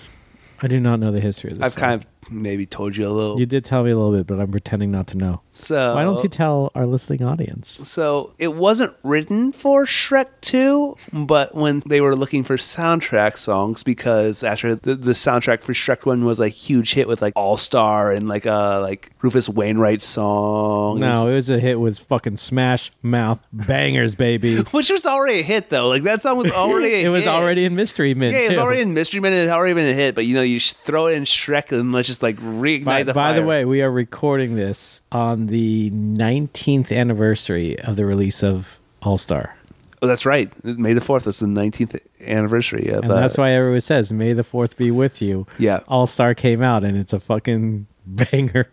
A: I do not know the history of this.
B: I've kind of maybe told you a little.
A: You did tell me a little bit, but I'm pretending not to know.
B: so
A: Why don't you tell our listening audience?
B: So it wasn't written for Shrek 2, but when they were looking for soundtrack songs, because after the, the soundtrack for Shrek 1 was a huge hit with like All Star and like uh like Rufus Wainwright song.
A: No, it was a hit with fucking smash mouth bangers, baby.
B: Which was already a hit though. Like that song was already a
A: it was
B: hit.
A: already in Mystery Men.
B: Yeah, it was
A: too.
B: already in Mystery Men and it had already been a hit, but you know, you sh- throw it in Shrek and let's just like reignite
A: By,
B: the
A: by
B: fire.
A: the way, we are recording this on the 19th anniversary of the release of All Star.
B: Oh, that's right. May the 4th was the 19th anniversary of
A: And
B: uh,
A: that's why everyone says, May the 4th be with you.
B: Yeah.
A: All Star came out and it's a fucking banger.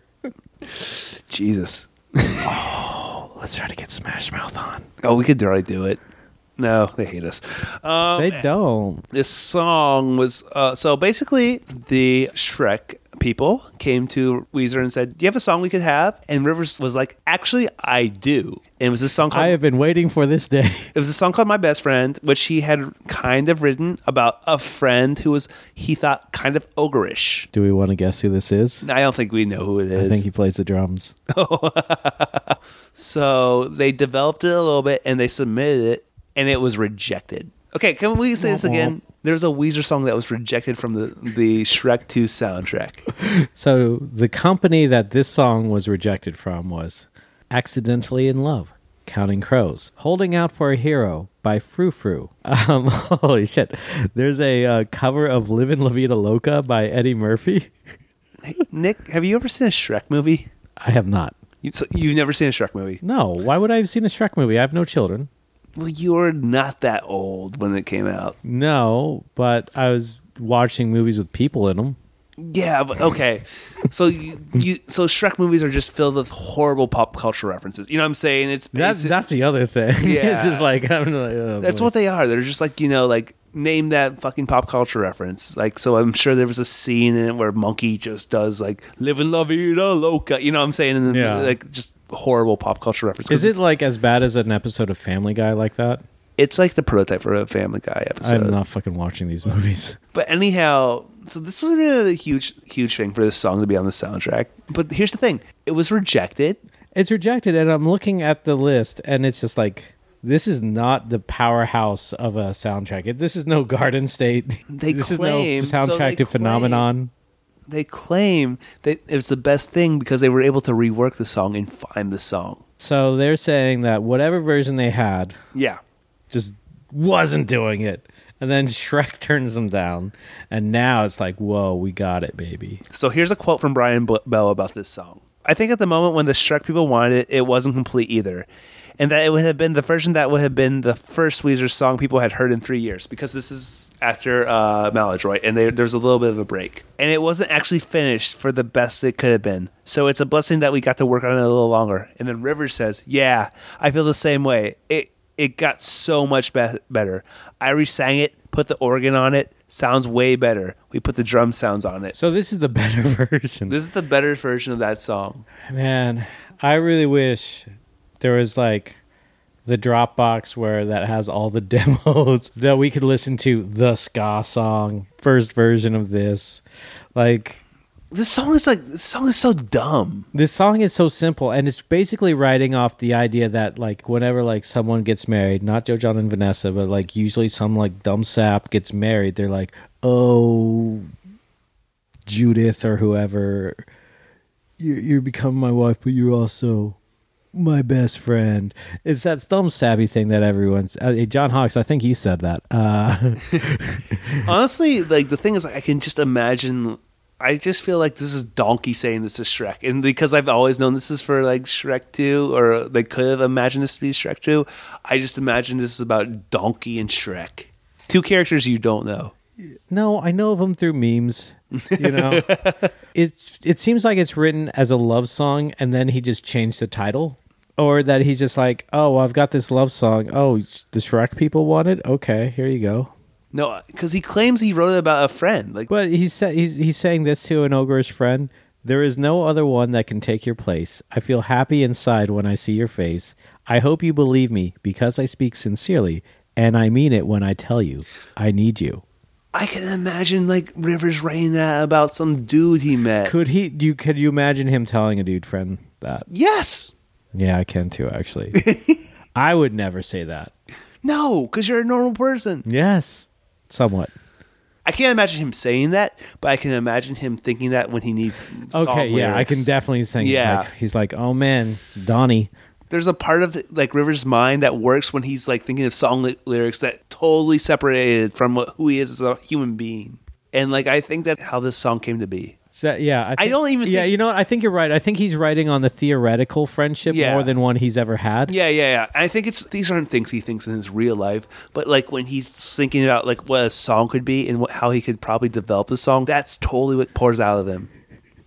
B: Jesus.
A: Let's try to get Smash Mouth on.
B: Oh, we could already do it. No, they hate us. Oh,
A: they don't.
B: this song was uh, so basically the Shrek people came to Weezer and said, "Do you have a song we could have?" And Rivers was like, "Actually, I do." And it was this song called
A: I have been waiting for this day.
B: it was a song called "My Best Friend," which he had kind of written about a friend who was he thought kind of ogreish.
A: Do we want to guess who this is?
B: I don't think we know who it is.
A: I think he plays the drums.
B: So they developed it a little bit and they submitted it and it was rejected. Okay, can we say this again? There's a Weezer song that was rejected from the, the Shrek 2 soundtrack.
A: So the company that this song was rejected from was Accidentally in Love, Counting Crows, Holding Out for a Hero by Frou Frou. Um, holy shit. There's a uh, cover of Livin' La Vida Loca by Eddie Murphy.
B: Nick, have you ever seen a Shrek movie?
A: I have not.
B: You, so you've never seen a Shrek movie.
A: No, why would I have seen a Shrek movie? I have no children.
B: Well, you were not that old when it came out.
A: No, but I was watching movies with people in them.
B: Yeah, but okay. So you, you so Shrek movies are just filled with horrible pop culture references. You know what I'm saying? It's
A: That's
B: basic-
A: that's the other thing. it's
B: Yeah.
A: just like I'm like oh,
B: That's
A: boy.
B: what they are. They're just like you know, like name that fucking pop culture reference. Like, so I'm sure there was a scene in it where Monkey just does like "Live and La Vida Loca." You know what I'm saying? And then,
A: Yeah.
B: Like just horrible pop culture reference. 'Cause
A: Is it like as bad as an episode of Family Guy like that?
B: It's like the prototype for a Family Guy episode.
A: I'm not fucking watching these movies.
B: But anyhow, so this was really a huge, huge thing for this song to be on the soundtrack. But here's the thing: it was rejected.
A: It's rejected, and I'm looking at the list, and it's just like this is not the powerhouse of a soundtrack. It, this is no Garden State.
B: They
A: this
B: claim-
A: is no
B: so they
A: soundtrack to
B: claim-
A: phenomenon.
B: They claim that it was the best thing because they were able to rework the song and find the song.
A: So they're saying that whatever version they had
B: Yeah.
A: just wasn't doing it. And then Shrek turns them down, and now it's like, whoa, we got it, baby.
B: So here's a quote from Brian B- Bell about this song. I think at the moment when the Shrek people wanted it, it wasn't complete either. And that it would have been the version that would have been the first Weezer song people had heard in three years because this is after uh, Maladroit and they, there's a little bit of a break. And it wasn't actually finished for the best it could have been. So it's a blessing that we got to work on it a little longer. And then Rivers says, Yeah, I feel the same way. It it got so much be- better. I re-sang it, put the organ on it. Sounds way better. We put the drum sounds on it.
A: So this is the better version.
B: This is the better version of that song.
A: Man, I really wish there was like the Dropbox where that has all the demos that we could listen to the ska song, first version of this. Like
B: This song is like this song is so dumb.
A: this song is so simple and it's basically writing off the idea that like whenever like someone gets married, not Joe John and Vanessa, but like usually some like dumb sap gets married, they're like, "Oh, Judith or whoever, you you become my wife, but you're also my best friend. It's that dumb savvy thing that everyone's. Uh, John Hawks, I think he said that. Uh,
B: Honestly, like the thing is, like, I can just imagine. I just feel like this is Donkey saying this is Shrek, and because I've always known this is for like Shrek Two, or they could have imagined this to be Shrek Two. I just imagine this is about Donkey and Shrek, two characters you don't know.
A: no, I know of him through memes. You know, it it seems like it's written as a love song, and then he just changed the title, or that he's just like, oh, I've got this love song. Oh, the Shrek people want it. Okay, here you go.
B: No, because he claims he wrote it about a friend. Like,
A: But he's sa- he's he's saying this to an ogreish friend. There is no other one that can take your place. I feel happy inside when I see your face. I hope you believe me because I speak sincerely and I mean it when I tell you I need you.
B: I can imagine like Rivers writing that about some dude he met.
A: Could he? Do you, could you imagine him telling a dude friend that?
B: yes.
A: Yeah, I can too. Actually, I would never say that.
B: No, because you're a normal person.
A: Yes, somewhat.
B: I can't imagine him saying that, but I can imagine him thinking that when he needs. song
A: Okay, yeah, I
B: lyrics.
A: can definitely think.
B: Yeah.
A: like, he's like, oh man, Donnie.
B: There's a part of like Rivers' mind that works when he's like thinking of song ly- lyrics that totally separated from what, who he is as a human being, and like I think that's how this song came to be.
A: So, yeah, think-
B: don't even
A: Yeah,
B: think-
A: you know, what? I think you're right. I think he's writing on the theoretical friendship
B: Yeah.
A: more than one he's ever had.
B: Yeah, yeah, yeah. And I think it's these aren't things he thinks in his real life, but like when he's thinking about like what a song could be and what, how he could probably develop the song, that's totally what pours out of him.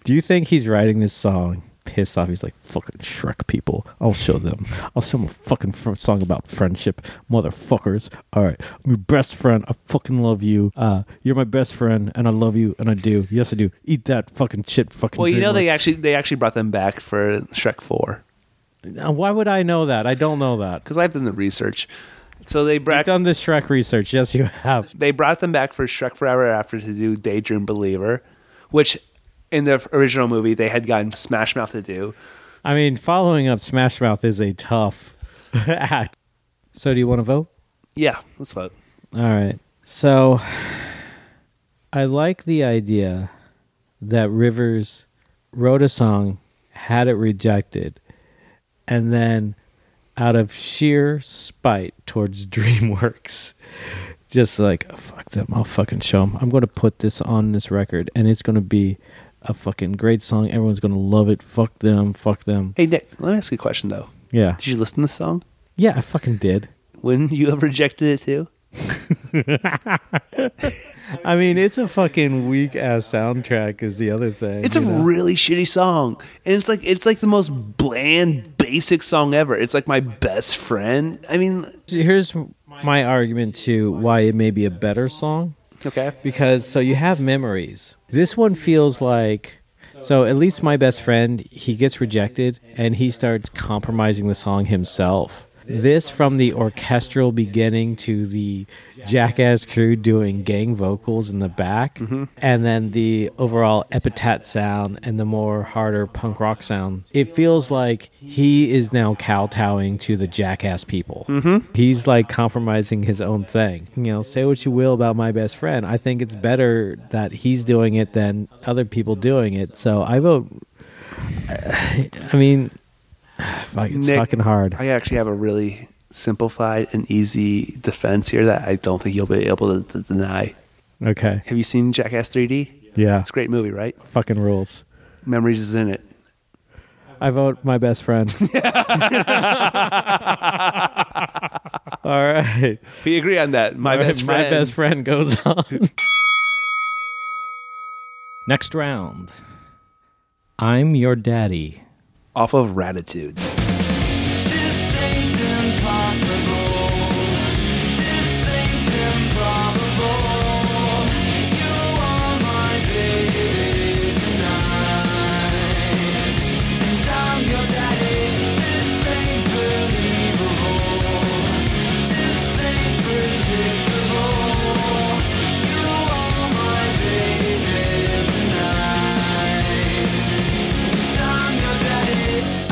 A: Do you think he's writing this song pissed off? He's like, "Fucking Shrek people, I'll show them. I'll show them a fucking fr- song about friendship, motherfuckers. All right, I'm your best friend. I fucking love you. Uh, you're my best friend, and I love you, and I do. Yes, I do. Eat that fucking shit, fucking."
B: Well, you know they
A: Dreamworks."
B: actually they actually brought them back for Shrek Four
A: Uh, Why would I know that? I don't know that.
B: because I've done the research. So they
A: I've
B: brought
A: done this Shrek research. Yes, you have.
B: they brought them back for Shrek Forever After to do Daydream Believer, which in the original movie they had gotten Smash Mouth to do.
A: I mean, following up Smash Mouth is a tough act. So, do you want to vote?
B: Yeah, let's vote.
A: All right. So, I like the idea that Rivers wrote a song, had it rejected, and then out of sheer spite towards DreamWorks, just like, "Oh, fuck them, I'll fucking show them. I'm going to put this on this record, and it's going to be a fucking great song. Everyone's going to love it. Fuck them, fuck them.
B: Hey Nick, let me ask you a question though.
A: Yeah.
B: Did you listen to this song?
A: Yeah, I fucking did.
B: Wouldn't you have rejected it too?
A: I mean, it's a fucking weak ass soundtrack, is the other thing.
B: It's a
A: you know?
B: really shitty song, and it's like it's like the most bland, basic song ever. It's like my best friend. I mean,
A: Here's my argument to why it may be a better song
B: okay,
A: because so you have memories. This one feels like so at least my best friend, he gets rejected and he starts compromising the song himself. This from the orchestral beginning to the jackass crew doing gang vocals in the back and then the overall epitaph sound and the more harder punk rock sound. It feels like he is now kowtowing to the jackass people.
B: Mm-hmm.
A: He's like compromising his own thing. You know, say what you will about my best friend. I think it's better that he's doing it than other people doing it. So I vote. I mean, fuck, it's
B: Nick,
A: fucking hard.
B: I actually have a really simplified and easy defense here that I don't think you'll be able to, to deny.
A: Okay.
B: Have you seen Jackass 3D?
A: Yeah.
B: It's a great movie, right?
A: Fucking rules.
B: Memories is in it.
A: I vote my best friend. All right.
B: We agree on that. My
A: All right,
B: best friend.
A: My best friend goes on. Next round. I'm your daddy.
B: Off of Ratitude.
C: This ain't impossible.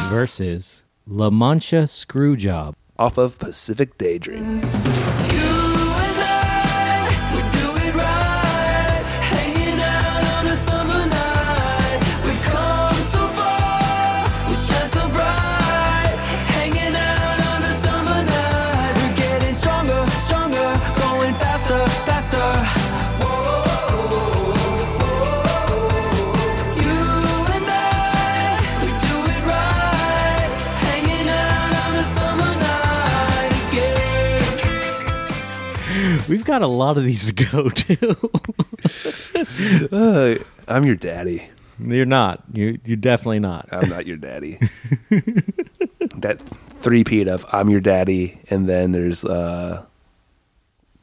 A: versus La Mancha Screwjob.
B: off of Pacific Daydream.
A: We've got a lot of these to go to.
B: Uh, I'm your daddy.
A: you're not. You you're definitely not.
B: I'm not your daddy. that three-peat of I'm your daddy, and then there's uh,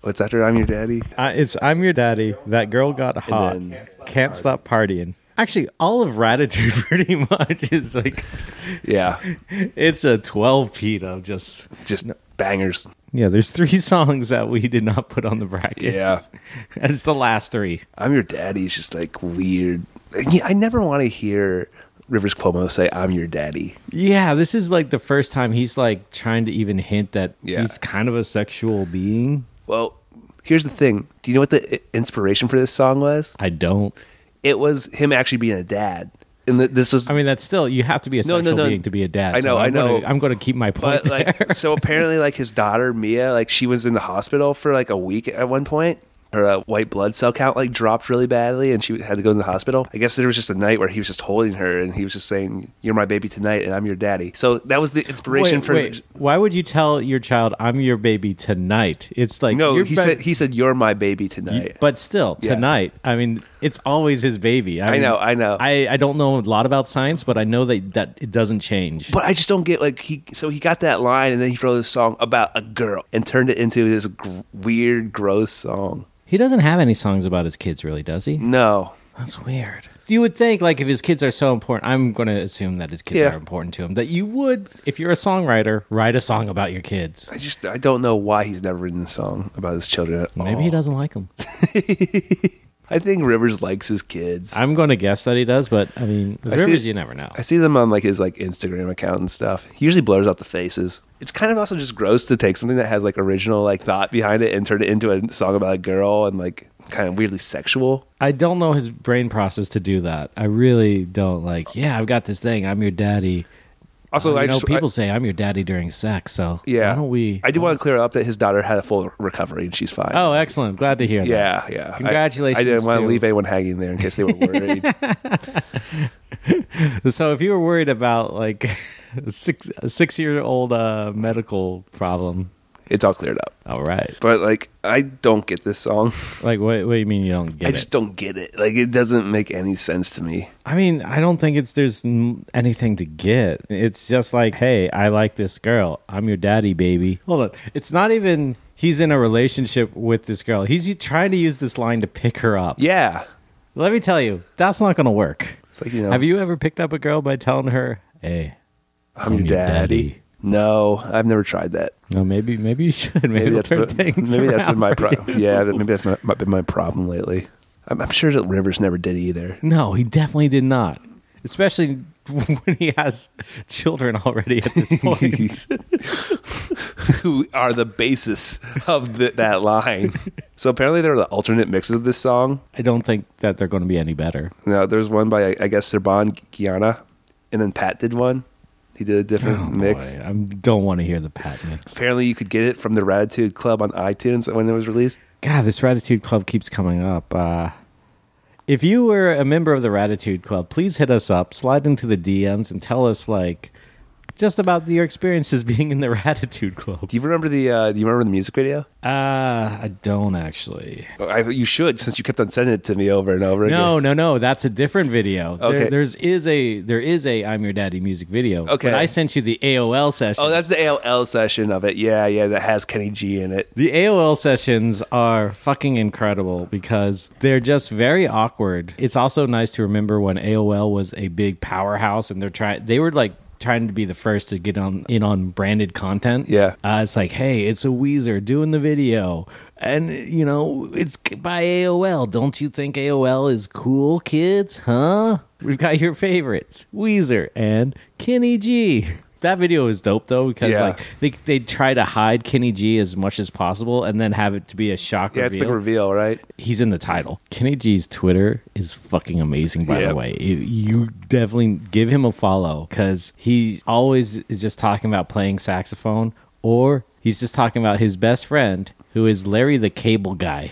B: what's after I'm your daddy?
A: I, it's I'm your daddy. That girl got hot.
B: then-
A: Can't stop partying. Actually, all of Ratitude pretty much is like
B: Yeah,
A: it's a 12 peat of just
B: just bangers.
A: yeah. There's three songs that we did not put on the bracket.
B: Yeah,
A: and it's the last three.
B: I'm your daddy is just like weird. Yeah, I never want to hear Rivers Cuomo say I'm your daddy.
A: Yeah, this is like the first time he's like trying to even hint that
B: Yeah.
A: he's kind of a sexual being.
B: Well, here's the thing. Do you know what the i- inspiration for this song was?
A: I don't.
B: It was him actually being a dad, and th- this was
A: I mean, that's still you have to be a
B: No, no,
A: sexual
B: no.
A: being to be a dad.
B: I know,
A: I'm
B: I know.
A: Gonna, I'm going to keep my point.
B: But like, so apparently, like his daughter Mia, like she was in the hospital for like a week at one point. Her uh, white blood cell count like dropped really badly, and she had to go in the hospital. I guess there was just a night where he was just holding her, and he was just saying, "You're my baby tonight, and I'm your daddy." So that was the inspiration
A: Wait,
B: for.
A: wait. Why would you tell your child I'm your baby tonight? It's like
B: No,
A: you're
B: he
A: bet-
B: said he said, "You're my baby tonight."
A: But still,
B: Yeah.
A: tonight. I mean, it's always his baby.
B: I
A: mean,
B: know, I know.
A: I, I don't know a lot about science, but I know that that it doesn't change.
B: But I just don't get like he. So he got that line, and then he wrote a song about a girl and turned it into this gr- weird, gross song.
A: He doesn't have any songs about his kids, really, does he?
B: No,
A: That's weird. You would think, like, if his kids are so important, I'm going to assume that his kids
B: Yeah.
A: are important to him. That you would, if you're a songwriter, write a song about your kids.
B: I just I don't know why he's never written a song about his children. At
A: Maybe
B: all.
A: he doesn't like them.
B: I think Rivers likes his kids. i
A: I'm going to guess that he does, but I mean, with
B: I see-
A: Rivers, you never know.
B: see them on like his like Instagram account and stuff. He usually blurs out the faces. It's kind of also just gross to take something that has like original like thought behind it and turn it into a song about a girl and like kind of weirdly sexual.
A: I don't know his brain process to do that. I really don't like. Yeah, I've got this thing. I'm your daddy.
B: Also,
A: you
B: I
A: know,
B: just
A: people
B: I,
A: say I'm your daddy during sex. So
B: yeah.
A: why don't we?
B: I do want to clear up that his daughter had a full recovery and she's fine.
A: Oh, excellent. Glad to hear that.
B: yeah, yeah. I- I,
A: Congratulations
B: didn't want to
A: to-
B: leave anyone hanging there in case they were worried.
A: So if you were worried about like a six a six year old uh, medical problem,
B: it's all cleared up.
A: all right.
B: But like, I don't get this song.
A: Like what? What do you mean you don't get
B: I
A: it?
B: just don't get it. Like, it doesn't make any sense to me.
A: I mean, I don't think it's there's n- anything to get. It's just like, hey, I like this girl. I'm your daddy, baby. Hold on. It's not even he's in a relationship with this girl. He's u- trying to use this line to pick her up.
B: Yeah,
A: Let me tell you, that's not going to work.
B: it's like you know.
A: Have you ever picked up a girl by telling her, "Hey,
B: I'm, your daddy. No, I've never tried that.
A: No, maybe maybe you should. Maybe,
B: Maybe that's
A: turn
B: been,
A: things
B: maybe that's been
A: around
B: my
A: for
B: problem.
A: you."
B: Yeah, that- maybe that's my, my, been my problem lately. I'm, I'm sure that Rivers never did either.
A: No, he definitely did not. Especially when he has children already at this point.
B: Who are the basis of the, that line? so apparently there are the alternate mixes of this song.
A: I don't think that they're going to be any better.
B: Now there's one by I guess Serban Gianna, and then Pat did one. He did a different mix.
A: Oh, Boy, I don't want to hear the Pat mix.
B: Apparently you could get it from the Ratitude Club on iTunes when it was released.
A: God, this Ratitude Club keeps coming up. Uh, if you were a member of the Ratitude Club, please hit us up, slide into the DMs, and tell us like just about your experiences being in the Ratitude Club.
B: Do you remember the uh, Do you remember the music video?
A: Uh, I don't actually.
B: I, you should, since you kept on sending it to me over and over again.
A: No, no, no. That's a different video.
B: Okay.
A: There, there's is a there is a I'm Your Daddy music video.
B: Okay.
A: But I sent you the AOL session.
B: Oh, that's the AOL session of it. Yeah, yeah, that has Kenny G in it.
A: The AOL sessions are fucking incredible because they're just very awkward. It's also nice to remember when AOL was a big powerhouse and they're trying they were like trying to be the first to get on in on branded content.
B: Yeah.
A: Uh, it's like, hey, it's a Weezer doing the video. And you know, it's by AOL. Don't you think AOL is cool, kids? Huh? We've got your favorites, Weezer and Kenny G. That video is dope though because
B: Yeah.
A: like they they try to hide Kenny G as much as possible and then have it to be a shock
B: Yeah, it's
A: reveal.
B: big reveal, right?
A: He's in the title. Kenny G's Twitter is fucking amazing by
B: Yeah.
A: the way. You- You definitely give him a follow cuz he always is just talking about playing saxophone or he's just talking about his best friend who is Larry the Cable Guy.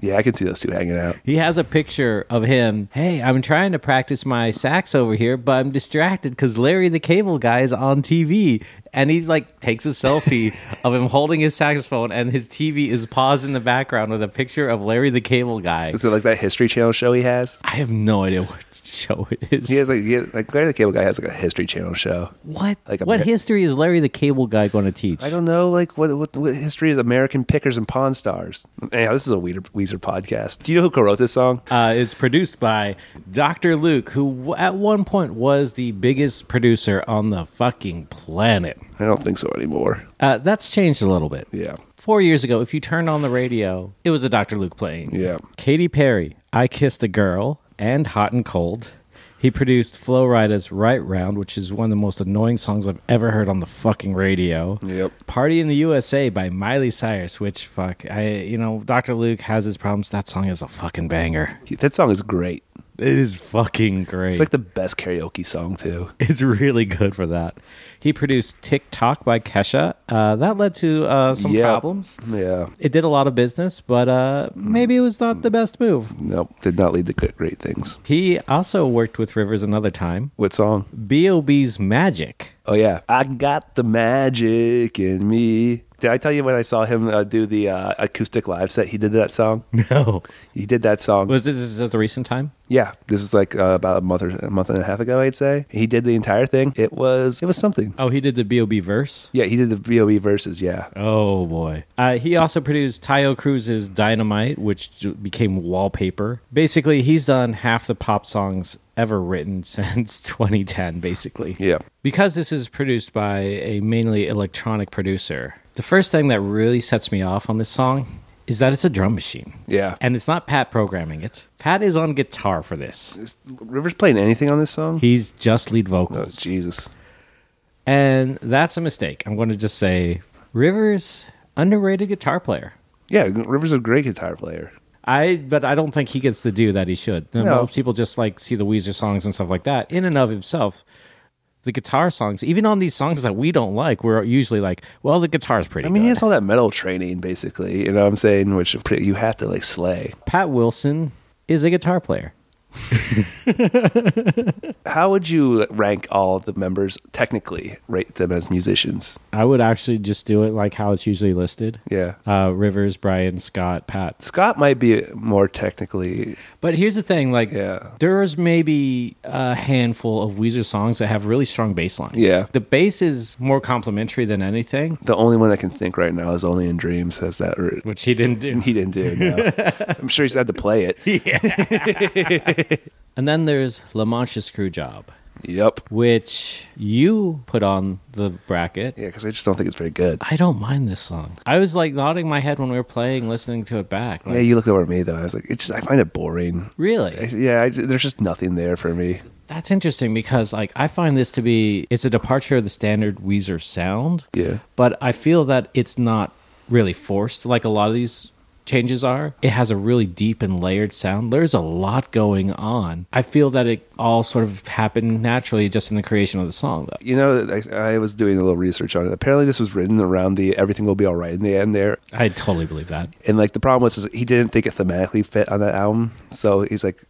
B: Yeah, I can see those two hanging out.
A: He has a picture of him. Hey, I'm trying to practice my sax over here, but I'm distracted because Larry the Cable Guy is on TV. And he like takes a selfie of him holding his saxophone, and his TV is paused in the background with a picture of Larry the Cable Guy.
B: Is it like that History Channel show he has?
A: I have no idea what show it is.
B: He has like, he has, like Larry the Cable Guy has like a History Channel show.
A: what?
B: like a
A: what
B: ma-
A: history is Larry the Cable Guy going to teach?
B: I don't know, like what what, what history is American pickers and pawn stars. Anyhow, this is a Weezer, Weezer podcast. Do you know who wrote this song?
A: uh, is produced by Dr. Luke, who w- at one point was the biggest producer on the fucking planet.
B: I don't think so anymore.
A: Uh, that's changed a little bit.
B: Yeah,
A: four years ago, if you turned on the radio, it was a Dr. Luke playing.
B: Yeah.
A: Katy Perry, I Kissed a Girl, and Hot and Cold. He produced Flo Rida's Right Round, which is one of the most annoying songs I've ever heard on the fucking radio.
B: Yep.
A: Party in the USA by Miley Cyrus, which fuck, I you know, Dr. Luke has his problems. That song is a fucking banger.
B: that song is great.
A: It is fucking great.
B: It's like the best karaoke song too.
A: It's really good for that. He produced TikTok by Kesha. Uh, that led to uh, some
B: Yeah.
A: problems.
B: Yeah,
A: it did a lot of business, but uh, maybe it was not the best move.
B: nope, did not lead to good- great things.
A: He also worked with Rivers another time.
B: What song?
A: B.O.B.'s Magic.
B: Oh yeah, I got the magic in me. Did I tell you when I saw him uh, do the uh, acoustic live set? He did that song.
A: No.
B: He did that song.
A: Was this, this is the recent time?
B: yeah, this was like uh, about a month or a month and a half ago, I'd say. He did the entire thing. It was it was something.
A: Oh, he did the B.O.B. verse?
B: Yeah, he did the VOE verses. Yeah,
A: Oh, boy. Uh, he also produced Tayo Cruz's Dynamite, which j- became wallpaper. Basically, he's done half the pop songs ever written since 2010, basically.
B: yeah.
A: Because this is produced by a mainly electronic producer, the first thing that really sets me off on this song is that it's a drum machine.
B: Yeah.
A: And it's not Pat programming it. Pat is on guitar for this.
B: Is Rivers playing anything on this song?
A: He's just lead
B: oh
A: vocals.
B: Jesus!
A: and that's a mistake. I'm going to just say Rivers underrated guitar player.
B: Yeah, Rivers is a great guitar player.
A: I but I don't think he gets the due that he should.
B: No.
A: Most people just like see the Weezer songs and stuff like that in and of himself. The guitar songs, even on these songs that we don't like, we're usually like, well, the guitar's pretty
B: I mean,
A: good.
B: he has all that metal training, basically. You know what I'm saying? Which is pretty- you have to like slay.
A: Pat Wilson is a guitar player.
B: How would you rank all the members technically? Rate them as musicians?
A: I would actually just do it like how it's usually listed.
B: Yeah.
A: Uh, Rivers, Brian, Scott, Pat.
B: Scott might be more technically.
A: But here's the thing: like,
B: Yeah.
A: there's maybe a handful of Weezer songs that have really strong bass lines.
B: Yeah.
A: the bass is more complimentary than anything,
B: The only one I can think right now is Only in Dreams has that. Or,
A: which he didn't do.
B: he didn't do it. No. I'm sure he's had to play it.
A: And then there's La Mancha Screwjob,
B: Yep.
A: which you put on the bracket.
B: Yeah, because I just don't think it's very good.
A: I don't mind this song. I was like nodding my head when we were playing, listening to it back. Like,
B: Yeah, you looked over at me though. I was like, it just I find it boring.
A: really?
B: Yeah, I, there's just nothing there for me.
A: That's interesting because like I find this to be it's a departure of the standard Weezer sound.
B: Yeah.
A: But I feel that it's not really forced like a lot of these changes are. It has a really deep and layered sound. There's a lot going on. I feel that it all sort of happened naturally just in the creation of the song though.
B: You know, I, I was doing a little research on it. Apparently, this was written around the "Everything Will Be All Right" in the end there,
A: I totally believe that.
B: and like the problem was is he didn't think it thematically fit on that album. So he's like,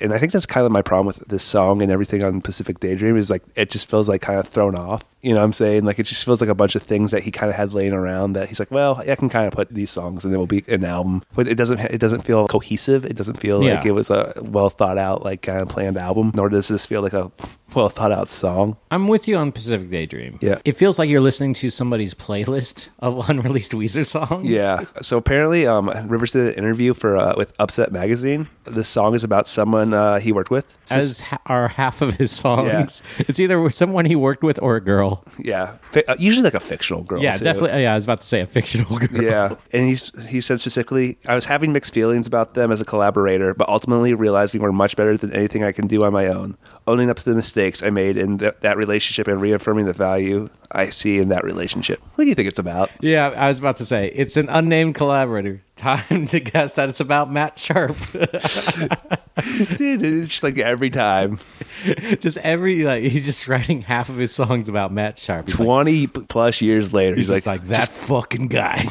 B: and I think that's kind of my problem with this song and everything on Pacific Daydream is like it just feels like kind of thrown off. You know what I'm saying? Like it just feels like a bunch of things that he kind of had laying around that he's like, well, I can kind of put these songs and it will be an album. But it doesn't it doesn't feel cohesive. It doesn't feel like
A: Yeah.
B: it was a well thought out like kind of planned album, nor does this feel like a well thought out song.
A: I'm with you on Pacific Daydream.
B: Yeah.
A: It feels like you're listening to somebody's playlist of unreleased Weezer songs.
B: Yeah. So apparently, um, Rivers did an interview for uh, with Upset Magazine. This song is about someone uh, he worked with. So-
A: As ha- are half of his songs. It's either with someone he worked with or a girl.
B: yeah, Fi- uh, usually like a fictional girl.
A: yeah,
B: too.
A: definitely. Yeah, I was about to say a fictional girl.
B: Yeah, and he's he said specifically, I was having mixed feelings about them as a collaborator, but ultimately realizing we're much better than anything I can do on my own. Owning up to the mistakes I made in th- that relationship and reaffirming the value I see in that relationship. What do you think it's about?
A: Yeah, I was about to say it's an unnamed collaborator. Time to guess that it's about Matt Sharp.
B: Dude, it's just like every time,
A: just every like he's just writing half of his songs about Matt Sharp. He's like,
B: twenty p plus years later, he's,
A: he's just
B: like,
A: like, that fucking guy.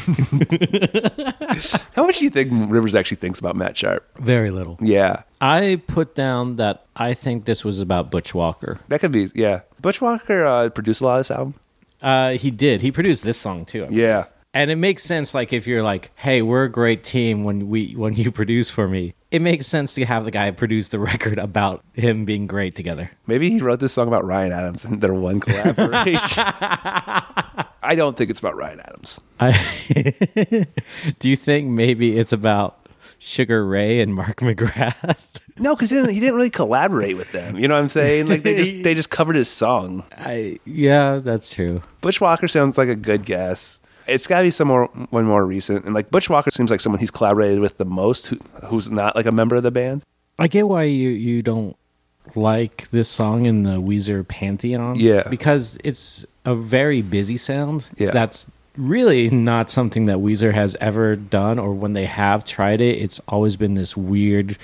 B: how much do you think Rivers actually thinks about Matt Sharp?
A: Very little.
B: Yeah,
A: I put down that I think this was about Butch Walker.
B: that could be. Yeah, Butch Walker uh, produced a lot of this album.
A: Uh, he did. He produced this song too. I mean.
B: Yeah,
A: And it makes sense, like if you're like, "Hey, we're a great team." When we when you produce for me, it makes sense to have the guy produce the record about him being great together.
B: Maybe he wrote this song about Ryan Adams and their one collaboration. I don't think it's about Ryan Adams.
A: I do you think maybe it's about Sugar Ray and Mark McGrath?
B: No, because he didn't, he didn't really collaborate with them. You know what I'm saying? Like they just they just covered his song.
A: I yeah, that's true.
B: Bushwalker sounds like a good guess. It's got to be some more one more recent. And like Bushwalker seems like someone he's collaborated with the most, who, who's not like a member of the band.
A: I get why you you don't like this song in the Weezer pantheon.
B: Yeah.
A: because it's a very busy sound.
B: Yeah.
A: that's really not something that Weezer has ever done, or when they have tried it, it's always been this weird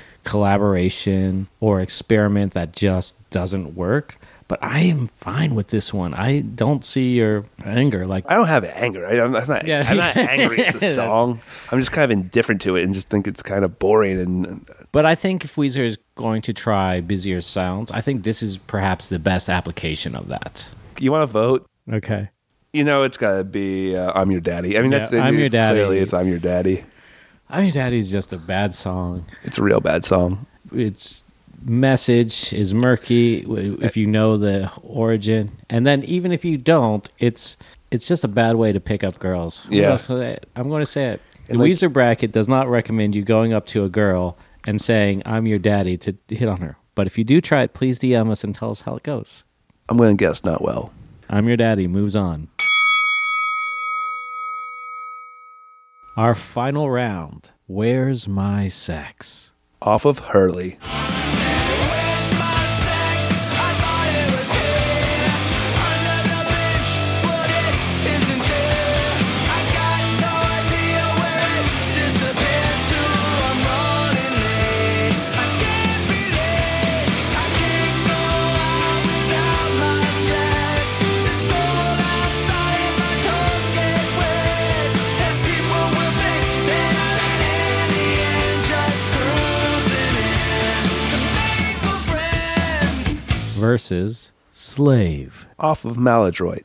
A: collaboration or experiment that just doesn't work. But I am fine with this one. I don't see your anger. Like
B: I don't have anger. I, I'm, I'm not.
A: Yeah.
B: I'm not angry at the
A: That's-
B: song. I'm just kind of indifferent to it and just think it's kind of boring. And
A: But I think if Weezer is going to try busier sounds, I think this is perhaps the best application of that.
B: you want to vote?
A: Okay.
B: You know, it's got to be uh, "I'm Your Daddy." I mean,
A: Yeah,
B: that's it,
A: "I'm Your
B: it's
A: Daddy."
B: Clearly, it's "I'm Your Daddy."
A: I mean, Daddy's just a bad song.
B: It's a real bad song.
A: Its message is murky w- if you know the origin, and then even if you don't, it's it's just a bad way to pick up girls. I'm
B: Yeah.
A: gonna say it. I'm going to say it. The
B: And like-
A: Weezer bracket does not recommend you going up to a girl and saying "I'm your daddy" to hit on her. But if you do try it, please DM us and tell us how it goes.
B: I'm going to guess not well.
A: I'm your daddy moves on. Our final round. Where's my sex?
B: Off of Hurley.
C: Just cruising in to make a friend.
A: Versus slave.
B: Off of Maladroit.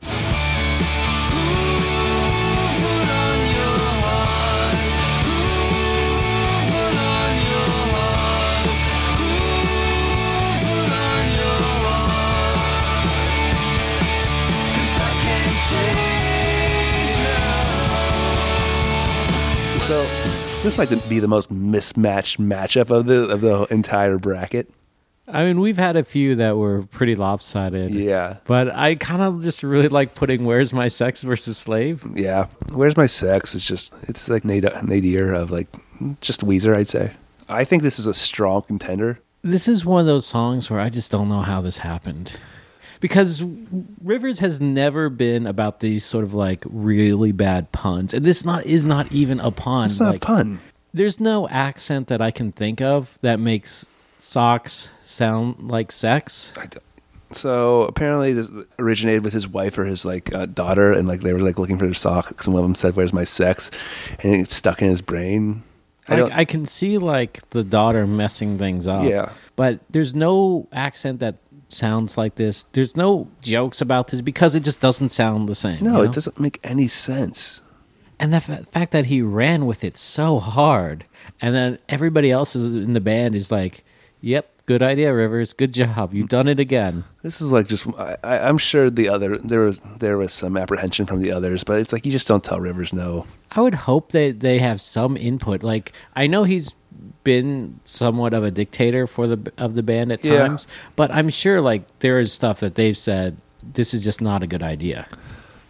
B: So this might be the most mismatched matchup of the of the entire bracket.
A: I mean, we've had a few that were pretty lopsided.
B: Yeah.
A: But I kind of just really like putting Where's My Sex versus Slave.
B: Yeah. Where's my sex? It's just it's like Nad- nadir of like just Weezer, I'd say. I think this is a strong contender.
A: This is one of those songs where I just don't know how this happened. Because Rivers has never been about these sort of like really bad puns. And this not is not even a pun.
B: It's not
A: like-
B: fun.
A: there's no accent that I can think of that makes socks sound like sex.
B: I don't- So apparently, this originated with his wife or his like uh, daughter, and like they were like looking for their socks, and one of them said, "Where's my sex?" and it stuck in his brain. I
A: Like
B: don't.
A: I, can see like the daughter messing things up.
B: Yeah.
A: But there's no accent that sounds like this. There's no jokes about this because it just doesn't sound the same.
B: No,
A: you know?
B: it doesn't make any sense.
A: And the fa- fact that he ran with it so hard, and then everybody else is in the band is like, "Yep, good idea, Rivers. Good job. You've done it again."
B: This is like just I, I- I'm sure the other there was there was some apprehension from the others, but it's like you just don't tell Rivers no.
A: I would hope that they have some input. Like I know he's been somewhat of a dictator for the of the band at
B: Yeah.
A: times, but I'm sure like there is stuff that they've said this is just not a good idea.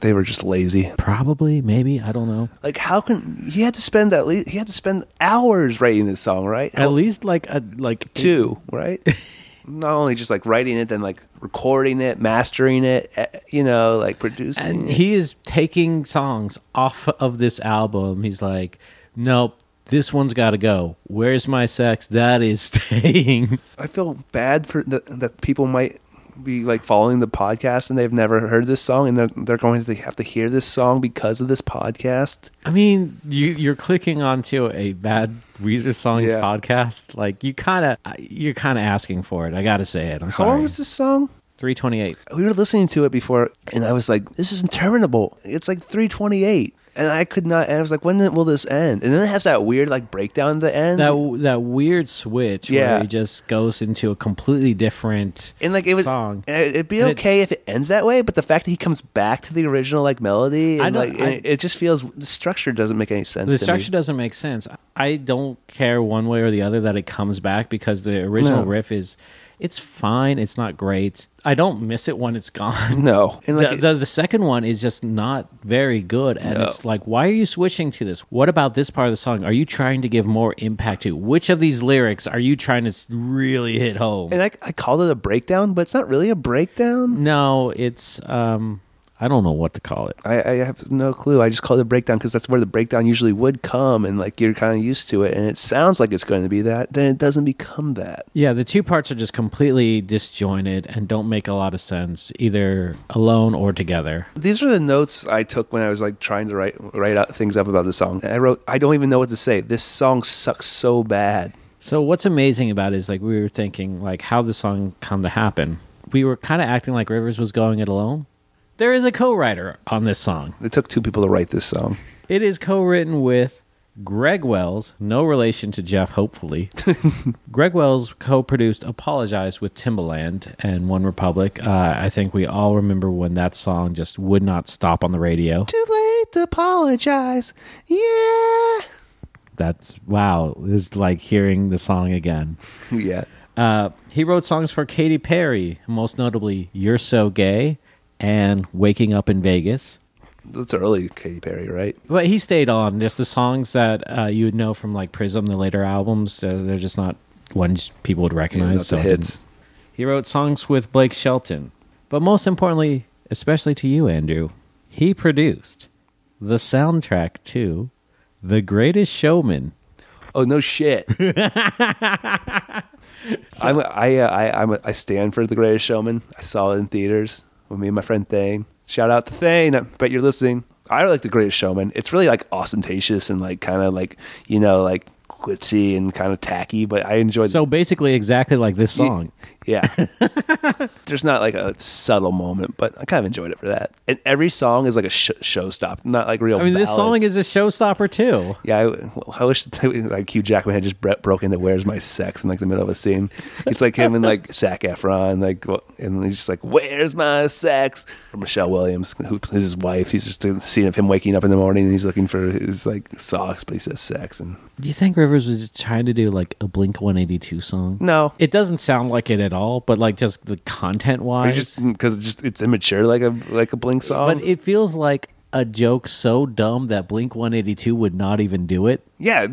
B: They were just lazy.
A: Probably, maybe, I don't know.
B: Like how can he had to spend at least he had to spend hours writing this song, right?
A: At least like a like
B: two, right? Not only just like writing it, then like recording it, mastering it, eh, you know, like producing.
A: And
B: it.
A: he is taking songs off of this album. He's like, nope, this one's got to go. Where's my sex? That is staying.
B: I feel bad for the, that people might be like following the podcast and they've never heard this song and they're they're going to have to hear this song because of this podcast.
A: I mean, you you're clicking onto a bad Weezer songs
B: Yeah.
A: podcast. Like you kind of you're kind of asking for it. I got to say it. I'm
B: How
A: sorry.
B: long is this song?
A: 328.
B: We were listening to it before, and I was like, "This is interminable." It's like three twenty-eight, and I could not. And I was like, "When will this end?" And then it has that weird like breakdown at the end.
A: That that weird switch
B: Yeah.
A: where he just goes into a completely different
B: and like it was,
A: song.
B: and it'd be
A: And it-
B: okay if it ends that way, but the fact that he comes back to the original like melody,
A: I
B: and
A: don't-
B: like
A: I-
B: it, it just feels the structure doesn't make any sense.
A: The
B: to
A: structure
B: me.
A: doesn't make sense. I don't care one way or the other that it comes back because the original
B: No.
A: riff is it's fine, it's not great. I don't miss it when it's gone.
B: no, and like
A: the,
B: it-
A: the, the second one is just not very good and
B: No.
A: it's like why are you switching to this what about this part of the song are you trying to give more impact to which of these lyrics are you trying to s- really hit home
B: and I, I called it a breakdown, but it's not really a breakdown.
A: no it's um i don't know what to call it
B: I, I have no clue. I just call it a breakdown because that's where the breakdown usually would come, and like you're kind of used to it, and it sounds like it's going to be that. Then it doesn't become that.
A: Yeah, the two parts are just completely disjointed and don't make a lot of sense either alone or together.
B: These are the notes I took when I was like trying to write write out things up about the song. I wrote, I don't even know what to say. This song sucks so bad.
A: So what's amazing about it is like we were thinking like how the song come to happen. We were kind of acting like Rivers was going it alone. There is a co-writer on this song.
B: It took two people to write this song.
A: It is co-written with Greg Wells, no relation to Jeff, hopefully. Greg Wells co-produced "Apologize" with Timbaland and One Republic. Uh, I think we all remember when that song just would not stop on the radio.
B: Too late to apologize. Yeah.
A: That's wow. It's like hearing the song again.
B: yeah.
A: Uh, he wrote songs for Katy Perry, most notably "You're So Gay" and "Waking Up in Vegas."
B: That's early Katy Perry, right?
A: But he stayed on. Just the songs that uh, you would know from like Prism, the later albums. They're, they're just not ones people would
B: Yeah,
A: recognize.
B: not
A: I
B: the hits.
A: didn't- He wrote songs with Blake Shelton, but most importantly, especially to you, Andrew, he produced the soundtrack to "The Greatest Showman."
B: Oh no shit. I'm, I, uh, I, I'm, I stand for the greatest showman. I saw it in theaters with me and my friend Thane. Shout out to Thane. I bet you're listening. I like the greatest showman. It's really like ostentatious and like kind of like, you know, like glitzy and kind of tacky, but I enjoyed
A: So basically, exactly like this song.
B: yeah. There's not like a subtle moment, but I kind of enjoyed it for that. And every song is like a sh- showstop, not like real.
A: I mean, this song
B: ballads.
A: is a showstopper too.
B: Yeah, I, well, I wish that, like Hugh Jackman had just bre- broken the "Where's My Sex" in like the middle of a scene. It's like him and like Zac Efron, like well, and he's just like "Where's My Sex" or Michelle Williams, who is his wife. He's just a scene of him waking up in the morning and he's looking for his like socks, but he says "sex" and
A: Do you think Rivers was just trying to do like a Blink 182 song?
B: no,
A: It doesn't sound like it at all, but like just the content
B: Or
A: wise.
B: just because it's just it's immature, like a like a Blink song.
A: But it feels like a joke so dumb that Blink 182 would not even do it.
B: yeah,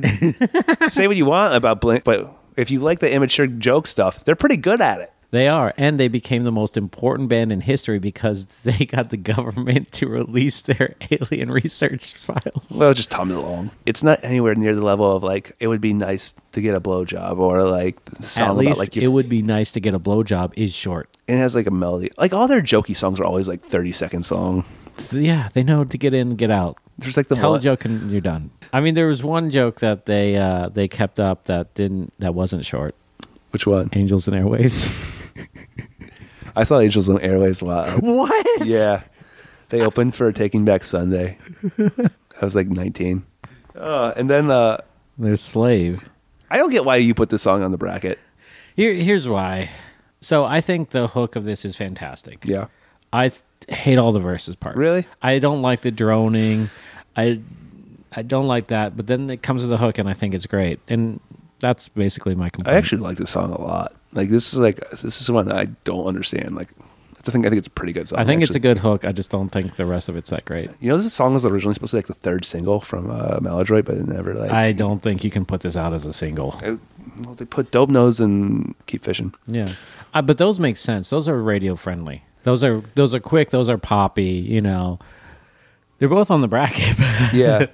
B: say what you want about Blink, but if you like the immature joke stuff, they're pretty good at it.
A: They are, and they became the most important band in history because they got the government to release their alien research files.
B: Well, just Tom DeLonge. It's not anywhere near the level of like it would be nice to get a blowjob or like the song
A: At least
B: about like
A: it would be nice to get a blowjob is short.
B: it has like a melody. Like all their jokey songs are always like thirty seconds long.
A: Yeah, they know to get in and get out.
B: There's like the
A: tell
B: one-
A: a joke and you're done. I mean, there was one joke that they uh, they kept up that didn't that wasn't short.
B: Which one?
A: Angels and airwaves.
B: I saw Angels on Airwaves a lot.
A: What?
B: yeah, they opened for Taking Back Sunday. I was like 19, uh, and then uh,
A: They're slave.
B: I don't get why you put this song on the bracket.
A: Here, here's why. So I think the hook of this is fantastic.
B: Yeah,
A: I th- hate all the verses parts.
B: Really?
A: I don't like the droning. I I don't like that. But then it comes to the hook, and I think it's great. And that's basically my
B: I
A: complaint.
B: actually like this song a lot. Like this is like this is one I don't understand. Like that's the thing. I think it's a pretty good song.
A: I think it's a
B: actually.
A: good hook. I just don't think the rest of it's that great.
B: You know, this song was originally supposed to be like the third single from uh, Maladroit, but it never like.
A: I don't think you can put this out as a single.
B: I- well, they put Dope Nose and Keep Fishing.
A: Yeah, uh, but those make sense. Those are radio friendly. Those are those are quick. Those are poppy. You know, they're both on the bracket.
B: Yeah,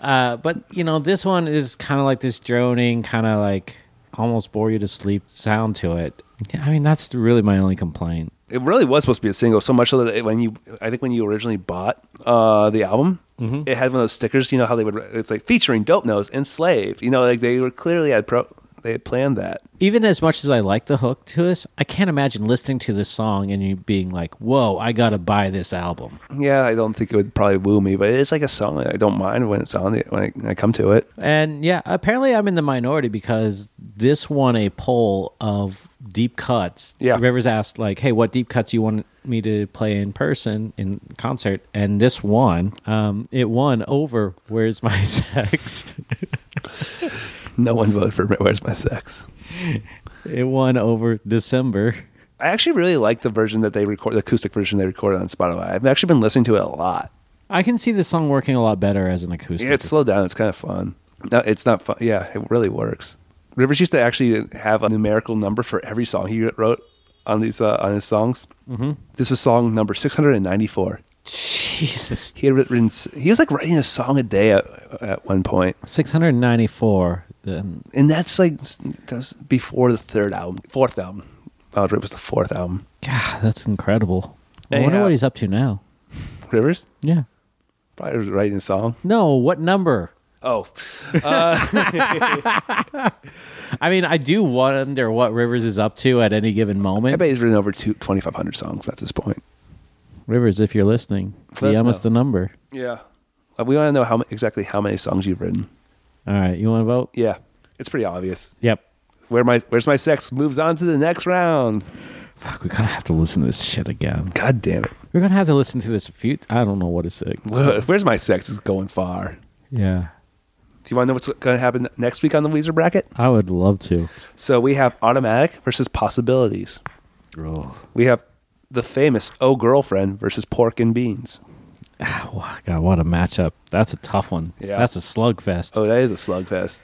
A: uh, but you know, this one is kind of like this droning, kind of like almost bore you to sleep sound to it. Yeah, I mean, that's really my only complaint.
B: it really was supposed to be a single. So much so that it, when you, I think when you originally bought uh, the album,
A: Mm-hmm.
B: it had one of those stickers. You know how they would? It's like featuring Dope Nose and Slave. You know, like they were clearly had pro. They had planned that.
A: Even as much as I like the hook to this, I can't imagine listening to this song and you being like, "Whoa, I gotta buy this album."
B: Yeah, I don't think it would probably woo me, but it's like a song that I don't mind when it's on it when I, when I come to it.
A: And yeah, apparently I'm in the minority because this won a poll of deep cuts.
B: Yeah.
A: Rivers asked like, "Hey, what deep cuts you want me to play in person in concert?" And this won. Um, it won over "Where's My Sex."
B: No one voted for Where's My Sex.
A: it won over December.
B: I actually really like the version that they record, the acoustic version they recorded on Spotify. I've actually been listening to it a lot.
A: I can see this song working a lot better as an acoustic.
B: Yeah, it's slowed down. It's kind of fun. No, it's not fun. Yeah, it really works. Rivers used to actually have a numerical number for every song he wrote on these uh, on his songs. Mm-hmm. This was song number six hundred and ninety four.
A: Jesus.
B: He had written. s- He was like writing a song a day at, at one point,
A: 694. Um,
B: and that's like that's before the third album, fourth album. Oh, it was the fourth album.
A: God, that's incredible. I
B: Yeah.
A: wonder what he's up to now.
B: Rivers
A: Yeah.
B: probably was writing a song.
A: No, what number?
B: Oh,
A: I mean, I do wonder what Rivers is up to at any given moment.
B: I bet he's written over two- 2,500 songs at this point.
A: Rivers, if you're listening,
B: Let us
A: DM us
B: know.
A: the number.
B: Yeah, we want to know how ma- exactly how many songs you've written.
A: All right, you want to vote?
B: Yeah, it's pretty obvious.
A: Yep.
B: Where my where's my sex moves on to the next round.
A: Fuck, we gotta have to listen to this shit again.
B: God damn it!
A: We're gonna have to listen to this a few. I don't know what it's like.
B: Where- Where's my sex is going far.
A: Yeah,
B: Do you want to know what's going to happen next week on the Weezer bracket?
A: I would love to.
B: So we have automatic versus possibilities.
A: Oh,
B: We have the famous "Oh Girlfriend" versus pork and beans.
A: God, what a matchup! That's a tough one.
B: Yeah.
A: that's a slugfest.
B: Oh, that is a slugfest.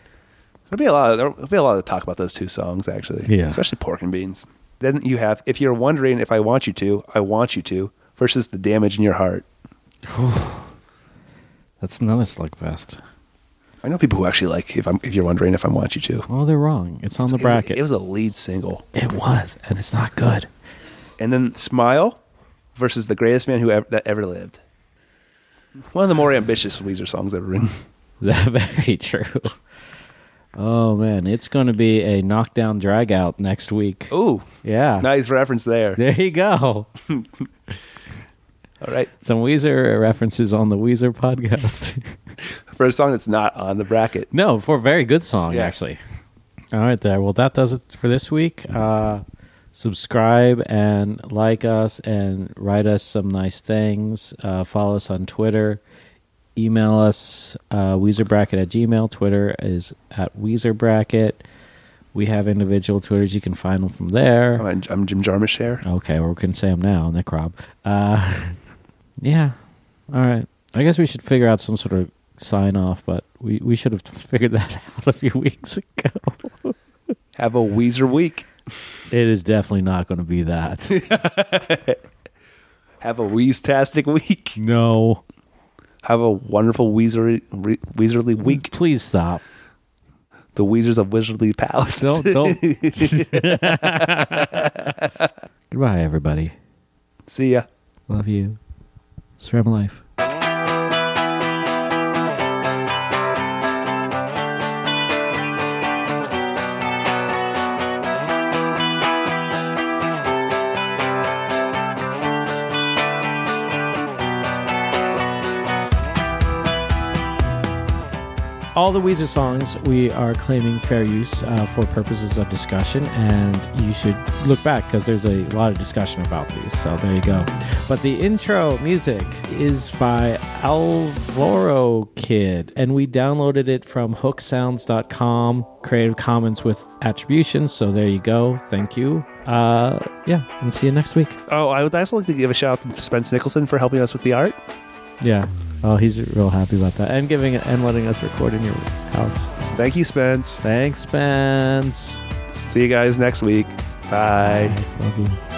B: There'll be a lot. Of, there'll be a lot of talk about those two songs, actually.
A: Yeah.
B: Especially pork and beans. Then you have if you're wondering if I want you to, I want you to versus the damage in your heart.
A: That's another slugfest.
B: I know people who actually like if I'm if you're wondering if I want you to.
A: Well, they're wrong. It's on the
B: It-
A: bracket.
B: It, was a lead single,
A: It was, and it's not good.
B: and then smile versus the greatest man who ever that ever lived. One of the more ambitious Weezer songs ever written.
A: That very true. Oh man, it's going to be a knockdown drag out next week.
B: Ooh,
A: yeah.
B: Oh. nice reference there.
A: There you go.
B: All right,
A: Some Weezer references on the Weezer podcast.
B: for a song that's not on the bracket.
A: no, for a very good song,
B: Yeah.
A: actually. All right, there. Well, that does it for this week. Uh, subscribe and like us and write us some nice things. Uh, follow us on Twitter. Email us uh, WeezerBracket at Gmail. Twitter is at WeezerBracket. We have individual Twitters. You can find them from there.
B: I'm, I'm Jim Jarmusch here.
A: Okay, or we can say them now, Nick Rob. Uh, yeah. All right. I guess we should figure out some sort of sign off, but we, we should have figured that out a few weeks ago.
B: Have a Weezer week.
A: It is definitely not going to be that.
B: Have a Weeztastic week.
A: no.
B: Have a wonderful Weezer re, Weezerly week.
A: Please stop.
B: The Weezers of Wizardly Palace.
A: Don't don't. Goodbye, everybody.
B: See ya.
A: Love you. SRAM life. All the Weezer songs we are claiming fair use uh, for purposes of discussion, and you should look back because there's a lot of discussion about these. So there you go. But the intro music is by Alvaro Kid, and we downloaded it from hooksounds.com, Creative Commons with attribution. So there you go. Thank you. Uh, yeah, and see you next week.
B: Oh, I would also like to give a shout out to Spence Nicholson for helping us with the art.
A: Yeah. Oh, he's real happy about that, and giving and letting us record in your house.
B: Thank you, Spence.
A: Thanks, Spence.
B: See you guys next week. Bye.
A: Love you.